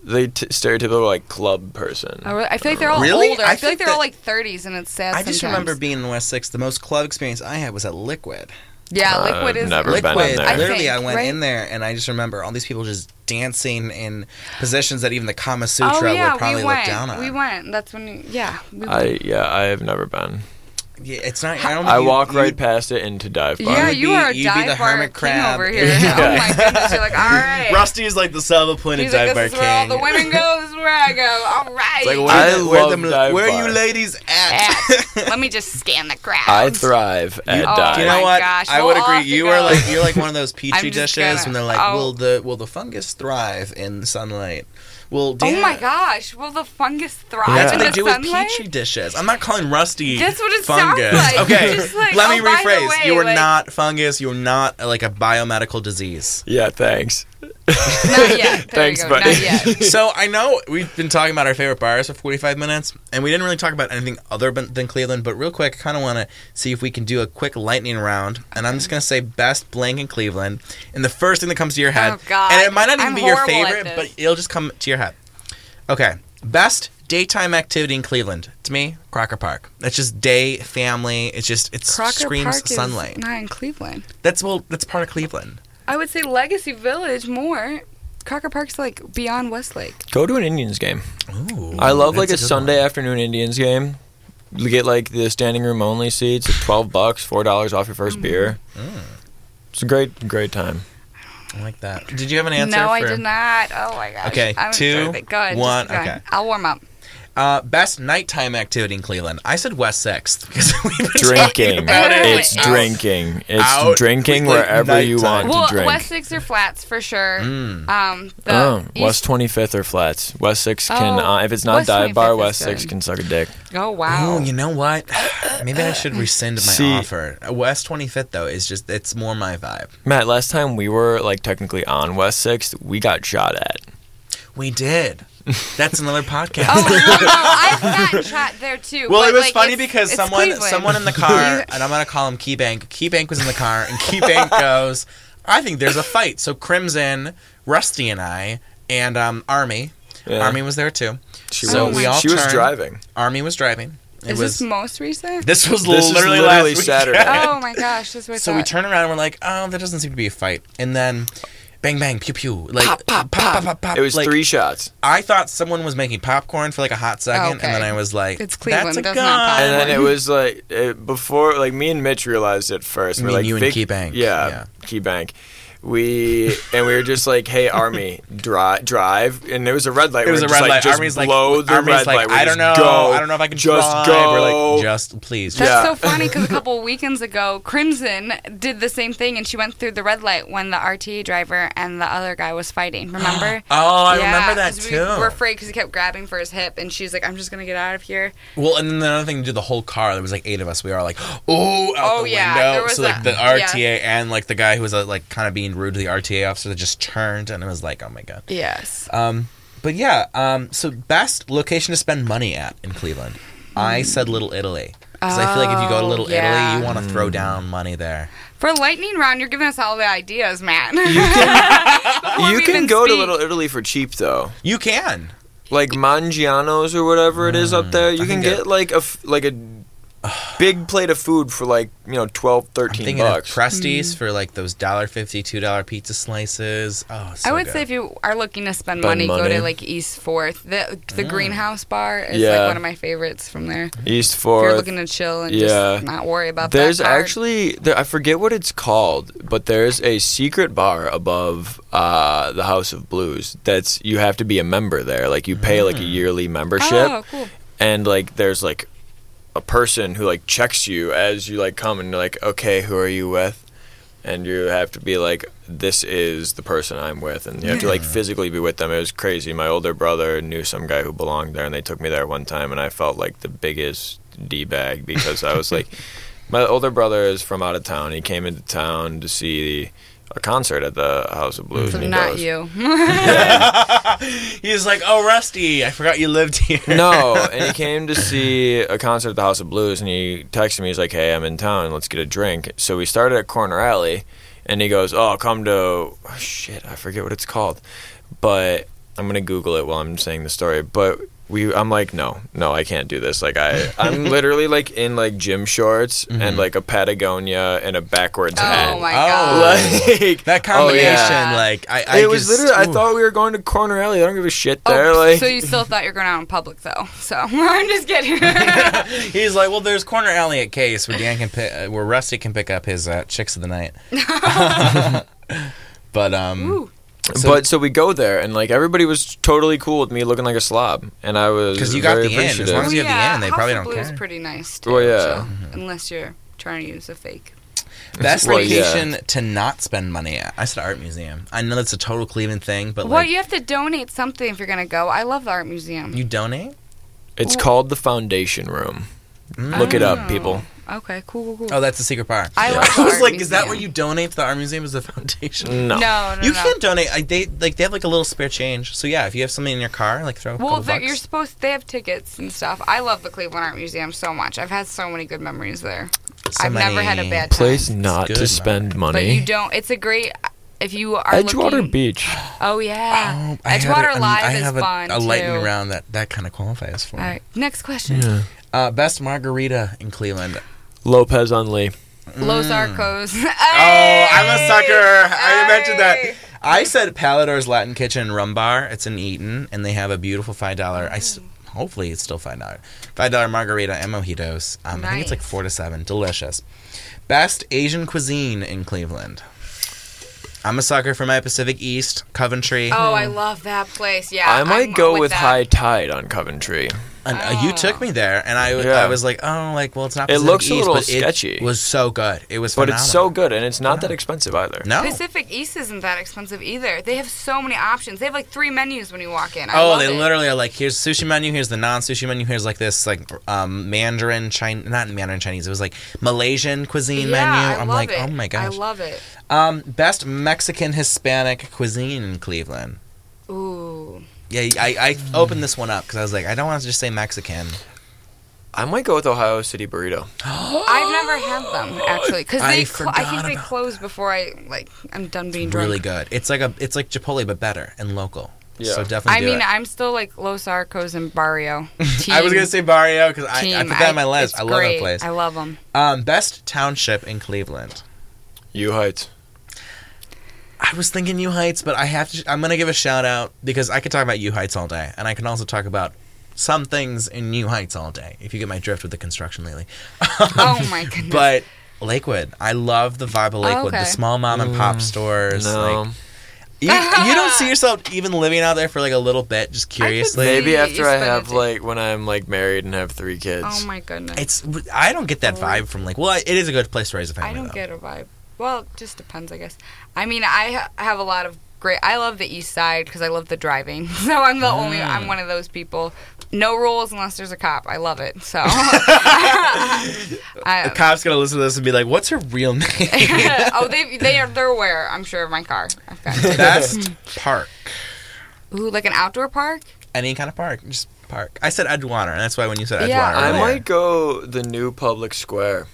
B: the t- stereotypical like club person.
C: I, really, I feel like they're all
A: Really?
C: older.
A: I
C: I, feel
A: think
C: like they're all
A: that-
C: like 30s, and it's sad.
A: I just
C: sometimes.
A: remember being in West Six. The most club experience I had was at Liquid.
C: Yeah,
B: Uh,
C: liquid is
B: never been
A: Liquid.
B: in there.
C: I
A: Literally,
C: think,
A: I went
C: right?
A: in there and I just remember all these people just dancing in positions that even the Kama Sutra
C: oh yeah,
A: would probably
C: we
A: look
C: went.
A: down on.
C: We went. That's when. You, yeah. We
B: I yeah, I have never been.
A: Yeah, it's not. I don't.
B: I
A: Um, you-
B: walk
A: you-
B: right past it into dive bar.
C: yeah,
A: you'd
C: you
A: be-
C: are a
A: you'd be the
C: dive bar
A: hermit
C: king
A: crab.
C: over
A: [laughs]
C: here.
B: Yeah.
C: Oh my goodness, you're like, all right.
A: Rusty's like the self-appointed
C: He's like,
A: dive bar
C: this is where all
A: king. [laughs]
C: the women go. This is where I go. All right.
A: Like, where,
B: I
A: the- where
B: love
A: them-
B: dive
A: where
B: bar.
A: you ladies at? [laughs]
C: At. Let me just scan the crowd.
B: I thrive at
C: Oh,
B: dive.
A: Do you
C: my
A: know what?
C: gosh,
A: I
C: we'll
A: would
C: all
A: agree.
C: have to
A: You
C: go.
A: are like you're like one of those petri
C: I'm just
A: dishes
C: gonna-
A: when they're like,
C: oh.
A: will the will the fungus thrive in sunlight? Will
C: Oh my
A: yeah.
C: gosh! Will the fungus thrive
B: Yeah.
A: That's
C: in
A: what they
C: the
A: do
C: sunlight?
A: with petri dishes. I'm not calling Rusty.
C: That's what it sounds
A: fungus.
C: like.
A: Okay,
C: Just like,
A: let me
C: oh, by the
A: rephrase.
C: way,
A: you are
C: like-
A: not fungus. You are not uh, like a biomedical disease.
B: Yeah, thanks.
C: Not
A: [laughs]
B: [laughs]
C: yet. There
B: Thanks,
C: you go.
B: buddy.
C: Not yet.
A: so I know we've been talking about our favorite bars for 45 minutes, and we didn't really talk about anything other than than Cleveland. But real quick, I kind of want to see if we can do a quick lightning round, and I'm just gonna say best blank in Cleveland, and the first thing that comes to your head,
C: Oh, God.
A: and it might not even
C: I'm
A: be your
C: horrible at
A: favorite,
C: this.
A: but it'll just come to your head. Okay, best daytime activity in Cleveland to me, Crocker Park. That's just day family. It's just it
C: Crocker
A: screams
C: Park
A: sunlight.
C: is not in Cleveland.
A: That's well, that's part of Cleveland.
C: I would say Legacy Village more. Crocker Park's like beyond Westlake.
B: [laughs] Go to an Indians game.
A: Ooh,
B: I love like a, Sunday afternoon Indians game. You get like the standing room only seats at twelve bucks, four dollars off your first
C: Mm.
B: beer.
A: Mm.
B: It's a great,
A: [laughs]
B: great time.
A: I like that. Did you have an answer?
C: no, I
A: for-
C: did not. Oh my gosh.
A: Okay,
C: I'm
A: two,
C: sorry, but Go ahead. just
A: one,
C: go ahead.
A: okay.
C: I'll warm up.
A: Uh, best nighttime activity in Cleveland. I said West Sixth because [laughs] we've been
B: Drinking,
A: talking [laughs] about it.
B: it's
C: Out.
B: drinking, it's
A: Out.
B: drinking
A: Like
B: wherever you
A: nighttime.
B: want
C: Well,
B: to drink.
C: West Six or flats for sure.
A: Mm.
C: Um, the
B: oh,
C: East-
B: West Twenty Fifth or flats. West Six can
C: Oh,
B: uh, if it's not
C: West
B: dive bar,
C: 25th is
B: West Six
C: good.
B: can suck a dick.
C: Oh wow. Uh,
A: Oh, you know what? Maybe I should rescind my
B: See-
A: offer. Uh, West 25th though is just it's more my vibe.
B: Matt, last time we were like technically on West Sixth, we got shot at.
A: We did. That's [laughs] another podcast.
C: Oh,
A: [laughs]
C: well, no, I've gotten shot there too.
A: Well,
C: but,
A: it was
C: like,
A: funny
C: it's-
A: because
C: it's
A: someone
C: Cleveland.
A: someone in the
C: [laughs]
A: car, and I'm gonna call him KeyBank. KeyBank was in the car, [laughs] and KeyBank goes, "I think there's a fight." So Crimson, Rusty, and I, and um, Army,
B: Yeah.
A: Army was there too.
B: She
A: So
B: was.
A: we all
B: she was
A: turned.
B: driving.
A: Army was driving. It
C: Is
A: was
C: this
A: [laughs]
C: most recent?
A: this was
B: This is
A: literally,
B: literally
A: last [laughs]
B: Saturday.
A: weekend.
C: oh my gosh, this was
A: So we turn around and we're like, oh, there doesn't seem to be a fight. And then bang, bang, pew, pew. Like, pop, pop, pop, pop, pop.
B: It was
A: like, oh
B: three shots.
A: I thought someone was making popcorn for like a hot second.
C: Oh, Okay.
A: And then I was like,
C: It's Cleveland,
A: That's a
C: that's
A: gun.
C: not popcorn.
B: And then it was like it, before, like me and Mitch realized it first.
A: You
B: We're
A: mean
B: like,
A: you and
B: Vic-
A: Key Bank.
B: Yeah,
A: Yeah.
B: Key Bank. We and we were just like, "Hey, Army, dri- drive!" And it was a red light.
A: It was
B: we
A: a
B: were
A: red
B: just
A: light.
B: Like, just
A: Army's like,
B: blow the
A: Army's
B: red
A: like,
B: light. We
A: I don't
B: just
A: know.
B: Go.
A: I don't know if I can
B: just
A: drive.
B: go.
A: We're like, just please.
C: That's
A: Just.
B: Yeah.
C: so funny because a couple weekends ago, Crimson did the same thing, and she went through the red light when the RTA driver and the other guy was fighting. Remember?
A: [gasps] Oh, I
C: Yeah,
A: remember that
C: 'cause
A: too.
C: We were afraid because he kept grabbing for his hip, and she's like, "I'm just gonna get out of here."
A: Well, and then the other thing to do, the whole car, there was like eight of us. We are like, oh, out
C: Oh,
A: the
C: yeah,
A: window.
C: there was
A: so, like,
C: a-
A: the
C: yeah.
A: RTA and like the guy who was uh, like kind of being rude to the RTA officer that just turned and it was like, oh my God.
C: Yes.
A: Um, but yeah, um, so best location to spend money at in Cleveland. I said Little Italy. Because I feel like if you go to
C: Oh,
A: Little
C: yeah.
A: Italy, you want to throw down money there.
C: For lightning round, you're giving us all the ideas, Matt. [laughs] Before
B: You
C: we
B: can
C: even
B: go to
C: speak.
B: Little Italy for cheap though,
A: You can.
B: like Mangiano's or whatever it is up there. You
A: Mm, I
B: can
A: think
B: get
A: it-
B: like a f-
A: [sighs]
B: like a big plate of food for like you know 12
A: I'm
B: 13
A: thinking
B: bucks.
A: of
C: Mm.
A: Prestes for like those $1.50, $2 pizza slices. Oh, so
C: I would
A: good.
C: say if you are looking to
B: Spend
C: spend, money, go
B: money.
C: to like East Fourth. The the Greenhouse Bar is
B: Yeah.
C: like one of my favorites from there.
B: East
C: If you're
B: Fourth.
C: looking to chill and
B: Yeah.
C: just not worry about
B: There's
C: that. card.
B: actually there, I forget what it's called, but there's a secret bar above uh, the House of Blues. That's you have to be a member there. Like you pay like a yearly membership,
C: Oh, cool.
B: and like there's like a person who like checks you as you like come and you're like okay, who are you with? And you have to be like, this is the person I'm with, and you have to like physically be with them. It was crazy. My older brother knew some guy who belonged there, and they took me there one time, and I felt like the biggest d bag
C: [laughs]
B: because I was like, my older brother is from out of town. He came into town to see a concert at the House of Blues.
C: So
B: and he
C: not
B: goes,
C: you. [laughs]
A: He's like, oh, Rusty, I forgot you lived here.
B: no, and he came to see a concert at the House of Blues, and he texted me. He's like, "Hey, I'm in town. Let's get a drink." So we started at Corner Alley, and he goes, "Oh, come to oh, shit. I forget what it's called, but I'm gonna Google it while I'm saying the story." But we, I'm like, "No, no, I can't do this. Like, I,
A: [laughs]
B: I'm literally like in like gym shorts
A: Mm-hmm.
B: and like a Patagonia and a backwards hat." [laughs]
C: Oh my
A: Oh,
C: god.
B: Like
A: That combination,
C: yeah.
A: like, I, I
B: Oh, It was
A: just-
B: literally. I
A: ooh.
B: thought we were going to Corner Alley. I don't give a shit there.
C: oh,
B: like,
C: so you still thought you're going out in public though. So [laughs] I'm just kidding. That's
A: He's like, well, there's corner alley at Case where Dan can pick, where Rusty can pick up his uh, chicks of the
B: [laughs]
A: night. but um,
C: Ooh.
A: So-
B: but so we go there, and like everybody was totally cool with me looking like a slob, and I was
A: 'Cause you got
B: very
A: the in, as
B: appreciative.
A: long as you have the end, they
C: House
A: probably
C: of
A: don't
C: Blues
A: care.
C: pretty nice too.
B: Well, yeah.
C: so- unless you're trying to use a fake.
A: best
B: Well, yeah.
A: location to not spend money at. I said art museum. I know that's a total Cleveland thing, but
C: Well,
A: like,
C: you have to donate something if you're going to go. I love the art museum.
A: you donate.
B: it's called the Foundation Room.
A: Mm.
B: Look it
C: Oh.
B: up, people.
C: Okay, cool, cool, cool.
A: Oh, that's the secret bar.
C: I
B: [laughs]
C: love
A: I was
C: art
A: like, is that
C: museum.
A: where you donate to the art museum? Is the foundation?
B: No.
C: no, no,
A: You
C: no.
A: can donate. I, they like they have like a little spare change. So yeah, if you have something in your car, like throw a
C: Well,
A: couple
C: they're-
A: bucks.
C: you're supposed. They have tickets and stuff. I love the Cleveland Art Museum so much. I've had so many good memories there.
A: So
C: I've never
A: many-
C: had a bad time.
B: Place not
A: good,
B: to
A: Mark.
B: spend
C: But you
B: money.
C: don't. It's a great. If you are
B: Edgewater
C: looking,
B: Beach.
C: Oh yeah,
A: Oh, I had
C: Edgewater
A: it- I'm-
C: Live
A: I
C: is
A: have a,
C: fun
A: a lightning
C: too.
A: round that that kind of qualifies for.
C: All
A: me.
C: right, next question.
A: Uh, best margarita in Cleveland.
B: Lopez on Lee.
C: Los Arcos.
A: Hmm.
C: [laughs]
A: Oh, I'm a
C: Hey!
A: sucker. I mentioned that.
C: Hey!
A: I said Palador's Latin Kitchen Rum Bar. It's in Eaton, and they have a beautiful five dollar. I s- hopefully it's still five dollar. Five dollar margarita and mojitos. Um, I think it's like
C: Nice.
A: four to seven. Delicious. Best Asian cuisine in Cleveland. I'm a sucker for my Pacific East Coventry.
C: Oh, I love that place. Yeah,
B: I might
C: I'm
B: go with
C: that.
B: High Tide on Coventry.
A: And, uh, you took me there, and I,
B: Yeah.
A: I was like, oh, like well, it's not.
B: It
A: Pacific
B: looks a
A: East,
B: little
A: but
B: sketchy.
A: It was so good. It was.
B: But it's so
A: phenomenal.
B: good, and it's not that expensive either.
A: No.
C: Pacific East isn't that expensive either. They have so many options. They have like three menus when you walk in. I
A: Oh,
C: love
A: they
C: it.
A: literally are like, here's sushi menu, here's the non-sushi menu, here's like this like um, Mandarin Chinese, not Mandarin Chinese, it was like Malaysian cuisine
C: yeah,
A: menu.
C: I
A: I'm
C: love
A: like,
C: it.
A: oh my
C: I
A: gosh.
C: love it.
A: um, best Mexican Hispanic cuisine in Cleveland.
C: Ooh.
A: Yeah, I, I opened this one up because I was like, I don't want to just say Mexican.
B: I might go with Ohio City Burrito.
C: [gasps] I've never had
A: [gasps]
C: them actually because
A: I
C: they. Cl- I think
A: forgot
C: they
A: about
C: close before I like. I'm done being drunk.
A: Really good. It's like a, it's like Chipotle but better and local.
B: Yeah.
A: So definitely.
C: I
A: do
C: mean,
A: it.
C: I'm still like Los Arcos and Barrio.
A: [laughs] I was gonna say Barrio because I, I
C: Team,
A: put that on my list.
C: it's
A: I love
C: great.
A: that place.
C: I
A: [laughs]
C: love them.
A: Um, best township in Cleveland.
B: U Heights.
A: I was thinking U Heights, but I have to. I'm gonna give a shout out because I could talk about U Heights all day, and I can also talk about some things in U Heights all day. If you get my drift with the construction lately, [laughs]
C: Oh my goodness.
A: but Lakewood, I love the vibe of Lakewood, the
C: okay.
A: small mom and pop stores.
B: No.
A: Like, you, you don't
C: [laughs]
A: see yourself even living out there for like a little bit, just curiously.
C: see-
B: Maybe
C: You- you
B: after I
C: spend it
B: have
C: too.
B: like when I'm like married and have three kids.
C: oh my goodness.
A: It's I don't get that vibe from like. Well, it is a good place to raise a family.
C: I don't
A: though.
C: get a vibe. Well, it just depends, I guess. I mean, I ha- have a lot of great. I love the East Side because I love the driving. [laughs] So I'm the only.
A: Mm.
C: I'm one of those people. No rules unless there's a cop. I love it. So. [laughs]
A: The
C: I,
A: cop's gonna listen to this and be like, "What's her real name?"
C: [laughs] oh, they they are they're aware. I'm sure of my car. I've got it.
A: Best park.
C: Ooh, like an outdoor park.
A: any kind of park, just park. I said Edgewater, and that's why when you said Edgewater,
C: Yeah,
B: I
A: earlier,
B: might go the new public square.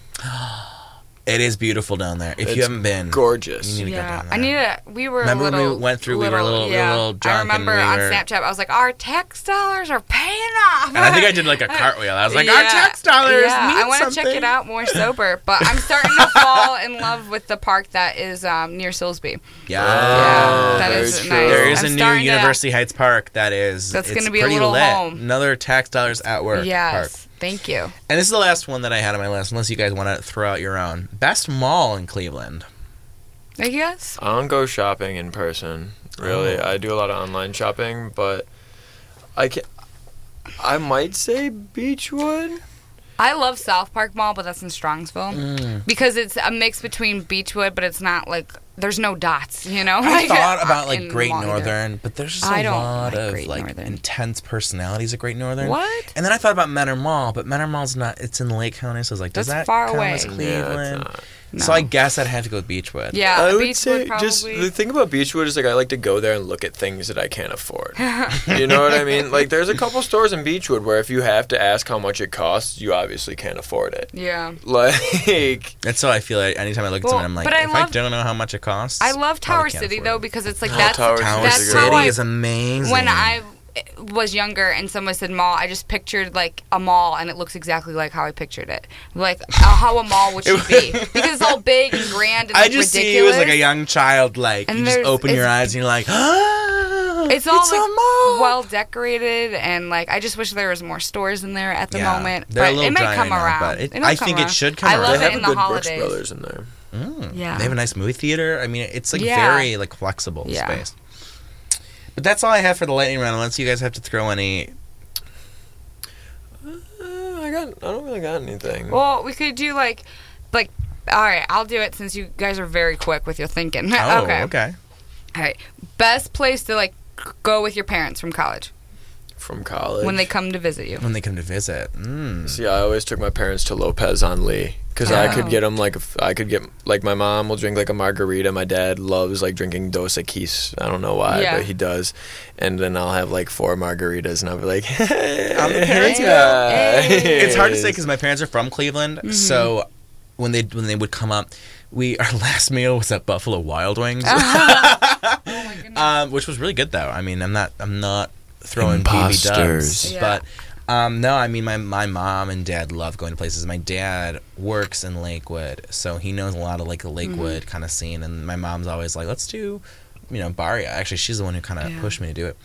A: it is beautiful down there. If you
B: It's
A: haven't been,
B: Gorgeous.
A: You need to go down there.
C: I need a. We were.
A: Remember
C: a
A: when we
C: little,
A: went through, we were a little- we were a little
C: I
A: drunk and
C: remember
A: we
C: on
A: were-
C: Snapchat. I was like, our tax dollars are paying off.
A: and I
C: [laughs]
A: think I did like a cartwheel. I was like, our
C: Yeah.
A: tax dollars
C: Yeah,
A: mean
C: I want to check
A: something."
C: it
A: [laughs]
C: out more sober, but I'm starting to fall in love with the park that is um, near Silsby.
A: Yeah,
C: Yeah, that
B: Oh, very
C: is
B: true.
C: nice.
A: There is
C: I'm
A: a new
C: starting to-
A: University Heights Park that is.
C: That's
A: it's
C: gonna be a
A: pretty
C: little
A: lit.
C: home.
A: Another tax dollars at work park.
C: Yes, thank you.
A: And this is the last one that I had on my list, unless you guys want to throw out your own. Best mall in Cleveland.
C: I guess.
B: I don't go shopping in person.
A: Oh.
B: Really, I do a lot of online shopping, but I can. I might say Beechwood.
C: I love South Park Mall, but that's in Strongsville
A: Mm.
C: because it's a mix between Beechwood, but it's not like there's no dots. You know,
A: I
C: Like,
A: thought about
C: in
A: like
C: the
A: Great
C: mall either.
A: Northern, but there's just a
C: I don't
A: lot
C: like
A: of
C: Great
A: like
C: Northern.
A: intense personalities at Great Northern.
C: What?
A: And then I thought about Menor Mall, but Menor Mall's not. It's in Lake County, so I was like, does that
C: That's far
A: count
C: away.
A: as
C: Yeah,
A: Cleveland?
B: it's not.
A: So I guess I'd have to go with Beechwood.
C: yeah,
B: I
C: the
B: would
C: beach
B: say
C: would
B: just
C: probably-
B: the thing about Beachwood is like I like to go there and look at things that I can't
C: [laughs]
B: afford. you know what I mean? Like there's a couple stores in Beachwood where if you have to ask how much it costs, you obviously can't afford it. [laughs]
C: yeah.
B: Like
A: That's how I feel. Like, anytime I look at
C: Well,
A: someone, I'm like,
C: but I
A: if I
C: love-
A: don't know how much it costs.
C: I love Tower
A: probably can't
C: City
A: afford
C: though
A: it.
C: because it's like
B: Oh,
C: that's
B: Tower
A: Tower
C: that's
A: City
C: how I,
A: is amazing.
C: when I was younger and someone said mall, I just pictured like a mall and it looks exactly like how I pictured it, like uh, how a
A: [laughs]
C: mall would should be because it's all big and grand and
A: I
C: like,
A: just see you
C: ridiculous.
A: as like a young child, like
C: And
A: you just
C: there's-
A: open your
C: it's-
A: eyes and you're like, [gasps] ah,
C: it's all
A: a
C: like
A: [gasps] mall.
C: well decorated and like I just wish there was more stores in there at the
A: Yeah.
C: moment.
A: They're a
C: but
A: little
C: it might
A: dry
C: come
A: now,
C: around.
A: but it-
C: It'll
A: I
C: come
A: think it
C: around.
A: should come
C: I
A: around.
C: love
B: they
C: it
B: have
C: in
B: a
C: the
B: good Brooks
C: holidays.
B: Brothers in there.
A: Mm.
C: Yeah.
A: They have a nice movie theater. I mean, it's like
C: Yeah.
A: very like flexible
C: Yeah.
A: space. But that's all I have for the lightning round. Unless you guys have to throw any.
B: Uh, I got I don't really got anything.
C: Well, we could do like like all right, I'll do it since you guys are very quick with your thinking. [laughs]
A: Oh, okay.
C: Uh, okay. All right. Best place to like go with your parents from college
B: From college.
C: when they come to visit you.
A: When they come to visit, mm.
B: See, I always took my parents to Lopez on Lee because I
C: Oh.
B: could get them like a f- I could get like my mom will drink like a margarita. My dad loves like drinking Dos Equis. I don't know why,
C: Yeah.
B: but he does. And then I'll have like four margaritas, and I'll be like, [laughs]
A: I'm the parents'
B: "Hey,
A: girl.
B: guys."
A: it's hard to say because my parents are from Cleveland.
C: Mm-hmm.
A: So when they when they would come up, we our [laughs] last meal was at Buffalo Wild Wings.
C: Uh-huh. Oh my goodness.
A: um, which was really good though. I mean, I'm not I'm not throwing BB dubs,
B: Imposters.
C: Yeah.
A: but um, no, I mean my my mom and dad love going to places. My dad works in Lakewood, so he knows a lot of like the
C: Mm-hmm.
A: Lakewood kind of scene, and my mom's always like, let's do, you know, Barrio. Actually, she's the one who kind of
C: Yeah.
A: pushed me to do it.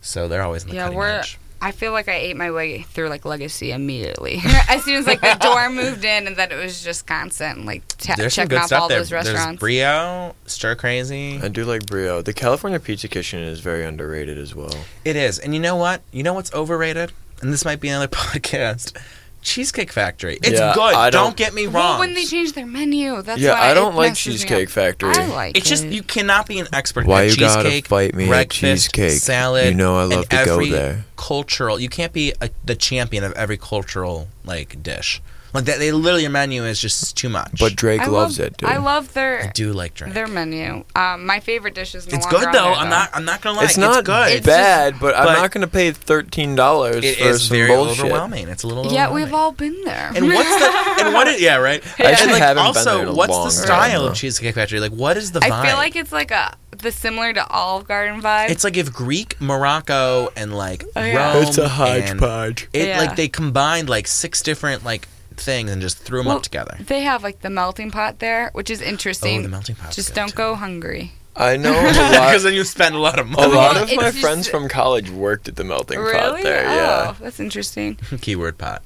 A: So they're always in the
C: Yeah,
A: cutting
C: we're-
A: edge.
C: I feel like I ate my way through like legacy immediately. [laughs] as soon as like the
A: [laughs]
C: door moved in and that it was just constant like t-
A: There's some
C: checking
A: good
C: off
A: stuff
C: all
A: there.
C: those
A: There's
C: restaurants.
A: Brio, Stir Crazy.
B: I do like Brio. The California Pizza Kitchen is very underrated as well.
A: It is. And you know what? You know what's overrated? And this might be another [laughs] podcast. Cheesecake Factory. It's
B: Yeah,
A: good.
B: I
A: Don't,
B: don't-
A: get me wrong.
C: well, when they changed their menu, that's
B: yeah,
C: why
B: I
C: it
B: don't like
C: messes me up.
B: Cheesecake Factory.
C: I like
A: It's just
C: it.
A: you cannot be an expert
B: Why
A: at
B: you gotta
A: cheesecake,
B: fight me at
A: breakfast,
B: cheesecake?
A: salad.
B: You know I love
A: and
B: to go
A: every
B: there.
A: Cultural, you can't be a, the champion of every cultural like dish. Like that, they literally your menu is just too much.
B: But Drake
C: I
B: loves
C: love,
B: it, dude.
C: I love their
A: I do like drink.
C: their menu. Um, my favorite dish is no
A: It's
C: longer
A: good
C: on
A: though.
C: there,
A: I'm not. I'm not gonna lie.
B: it's not
A: good.
C: It's
B: bad, but, I'm
A: but
B: not going to pay thirteen dollars
A: It
B: for
A: is
B: some
A: very
B: bullshit.
A: overwhelming. It's a little.
C: Yeah, we've
A: overwhelming.
C: all been there.
A: And what's
C: [laughs]
A: the and what? It, yeah, right.
B: I actually
A: and like
B: haven't been
A: also,
B: there in a
A: what's
B: long
A: the
B: time,
A: style
B: though.
A: of Cheesecake Factory? Like, what is the vibe?
C: [laughs] I feel like it's like a the similar to Olive Garden vibe.
A: it's like if Greek, Morocco, and like
C: Oh, yeah.
A: Rome.
B: It's a
A: and-
B: hodgepodge.
A: It
C: Yeah.
A: like they combined like six different like things and just threw them
C: Well,
A: up together.
C: They have like the melting pot there, which is interesting.
A: Oh, the melting pot.
C: Just don't go hungry.
B: I
C: [laughs]
B: know Oh, a lot.
A: then you spend a lot of
B: A lot of
C: It's
B: my
C: just-
B: friends from college worked at the melting pot
C: Really?
B: there.
C: oh,
B: Yeah,
C: that's interesting.
A: [laughs] Keyword
C: [laughs]
A: pot.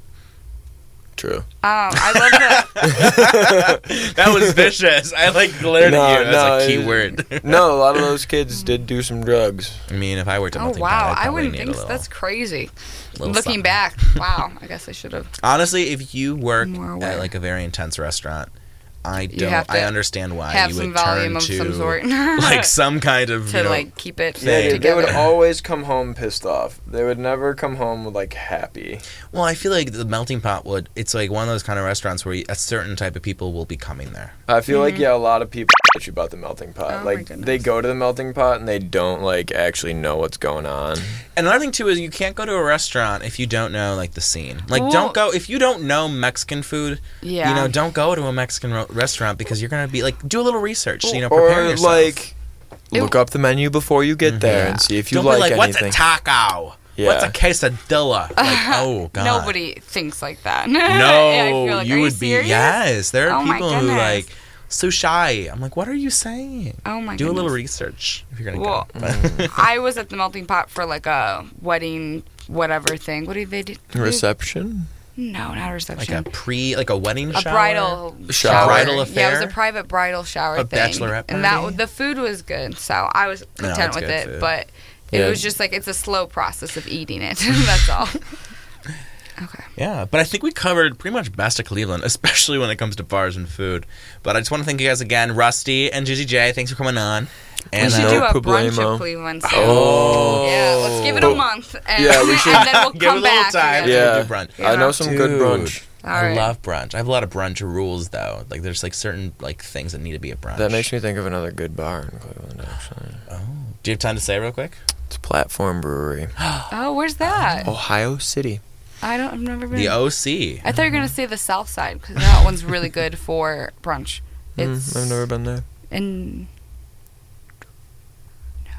B: true.
C: Um, I
A: [laughs]
C: love the
A: That was vicious. I like glared
B: No,
A: at you
B: no,
A: as a
B: it- [laughs]
A: keyword.
B: No, a lot of those kids did do some drugs.
A: I mean, if I worked at
C: oh
A: melting
C: wow,
A: pot, I'd
C: I
A: probably
C: wouldn't
A: need
C: think
A: a
C: so.
A: little,
C: that's crazy.
A: little
C: Looking
A: something.
C: back, wow, I guess I
A: [laughs]
C: should have.
A: Honestly, if you work
C: More
A: at
C: aware.
A: like a very intense restaurant, I don't.
C: have to
A: I understand why
C: have
A: Uh, you
C: some
A: would
C: volume
A: turn
C: of
A: to
C: some sort.
A: [laughs]
C: [laughs]
A: like some kind of
C: to
A: you know,
C: like keep it
A: Yeah, dude,
C: together.
B: always come home pissed off. They would never come home like happy.
A: Well, I feel like the melting pot would. It's like one of those kind of restaurants where a certain type of people will be coming there.
B: I feel like yeah, a lot of people [laughs] bitch about the melting pot.
C: Mm-hmm. Oh my
B: like
C: goodness.
B: they go to the melting pot and they don't like actually know what's going on.
A: And another thing too is you can't go to a restaurant if you don't know like the scene. Like,
C: Well-
A: don't go if you don't know Mexican food.
C: yeah.
A: You know, don't go to a Mexican ro- restaurant because you're gonna be like, do a little research. You know, prepare
B: or
A: yourself. Mm-hmm.
B: like
C: It-
B: look up the menu before you get there and see if you
A: don't
B: like,
A: be like, what's
B: anything.
A: a taco? What's a
B: Yeah.
A: quesadilla?
C: [laughs]
A: Like, oh god,
C: Nobody [laughs] thinks like that. [laughs]
A: No,
C: Yeah, I feel like,
A: you
C: are
A: would
C: serious?
A: be yes. There are
C: Oh my
A: people who
C: goodness.
A: like so shy. I'm like, what are you saying?
C: Oh my
A: do a little
C: goodness.
A: research if you're gonna [laughs]
C: Well,
A: go.
B: Mm.
C: I was at the melting pot for like a wedding whatever thing. What do they do?
B: reception?
C: No, not a
A: like
C: reception.
A: a pre, like a wedding
C: a
A: shower.
C: bridal
B: Shower.
C: shower.
A: Bridal
C: Yeah, it was
A: affair?
C: a private bridal shower
A: A
C: thing.
A: bachelorette
C: And that
A: party?
C: w- the food was good, so I was
A: No,
C: content
A: it's
C: with
A: good
C: it.
A: food.
C: But it
B: Yeah.
C: was just like it's a slow process of eating it. [laughs] That's all. Okay.
A: Yeah, but I think we covered pretty much best of Cleveland, [laughs] especially when it comes to bars and food. But I just want to thank you guys again, Rusty and Gigi J. Thanks for coming on.
C: We
A: And
C: should
A: uh,
C: do a brunch
B: problemo.
C: of Cleveland. soon.
B: Oh.
C: Yeah, let's give it a month, and,
B: Yeah, we should-
C: [laughs] and then
A: [laughs]
C: we'll
A: give it a
C: come
A: little
C: back.
A: time.
C: and-
A: Yeah.
B: Yeah.
A: Do brunch.
B: I know some good
A: Dude.
B: brunch.
C: All
A: I
C: right.
A: love brunch. I have a lot of brunch rules though. Like there's like certain like things that need to be at brunch.
B: That makes me think of another good bar in Cleveland, actually.
A: Oh. Do you have time to say real quick?
B: It's Platform Brewery,
C: oh, where's that?
B: Ohio City.
C: I don't. I've never been.
A: The OC.
C: I thought you were gonna say the South Side because that one's really good for brunch.
B: Mm,
C: It's
B: I've never been there.
C: in. No,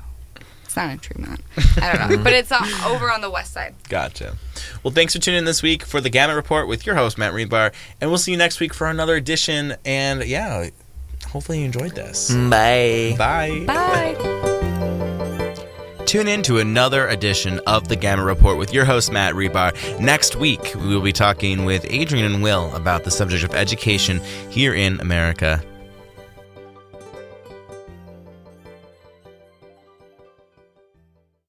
C: it's not in Tremont. I don't know, but it's uh, over on the west side.
A: Gotcha. Well, thanks for tuning in this week for the Gamut Report with your host Matt Reedbar, and we'll see you next week for another edition. And yeah, hopefully you enjoyed this.
B: Bye.
A: Bye.
C: Bye.
A: Tune in to another edition of the Gamma Report with your host, Matt Rebar. Next week, we will be talking with Adrian and Will about the subject of education here in America.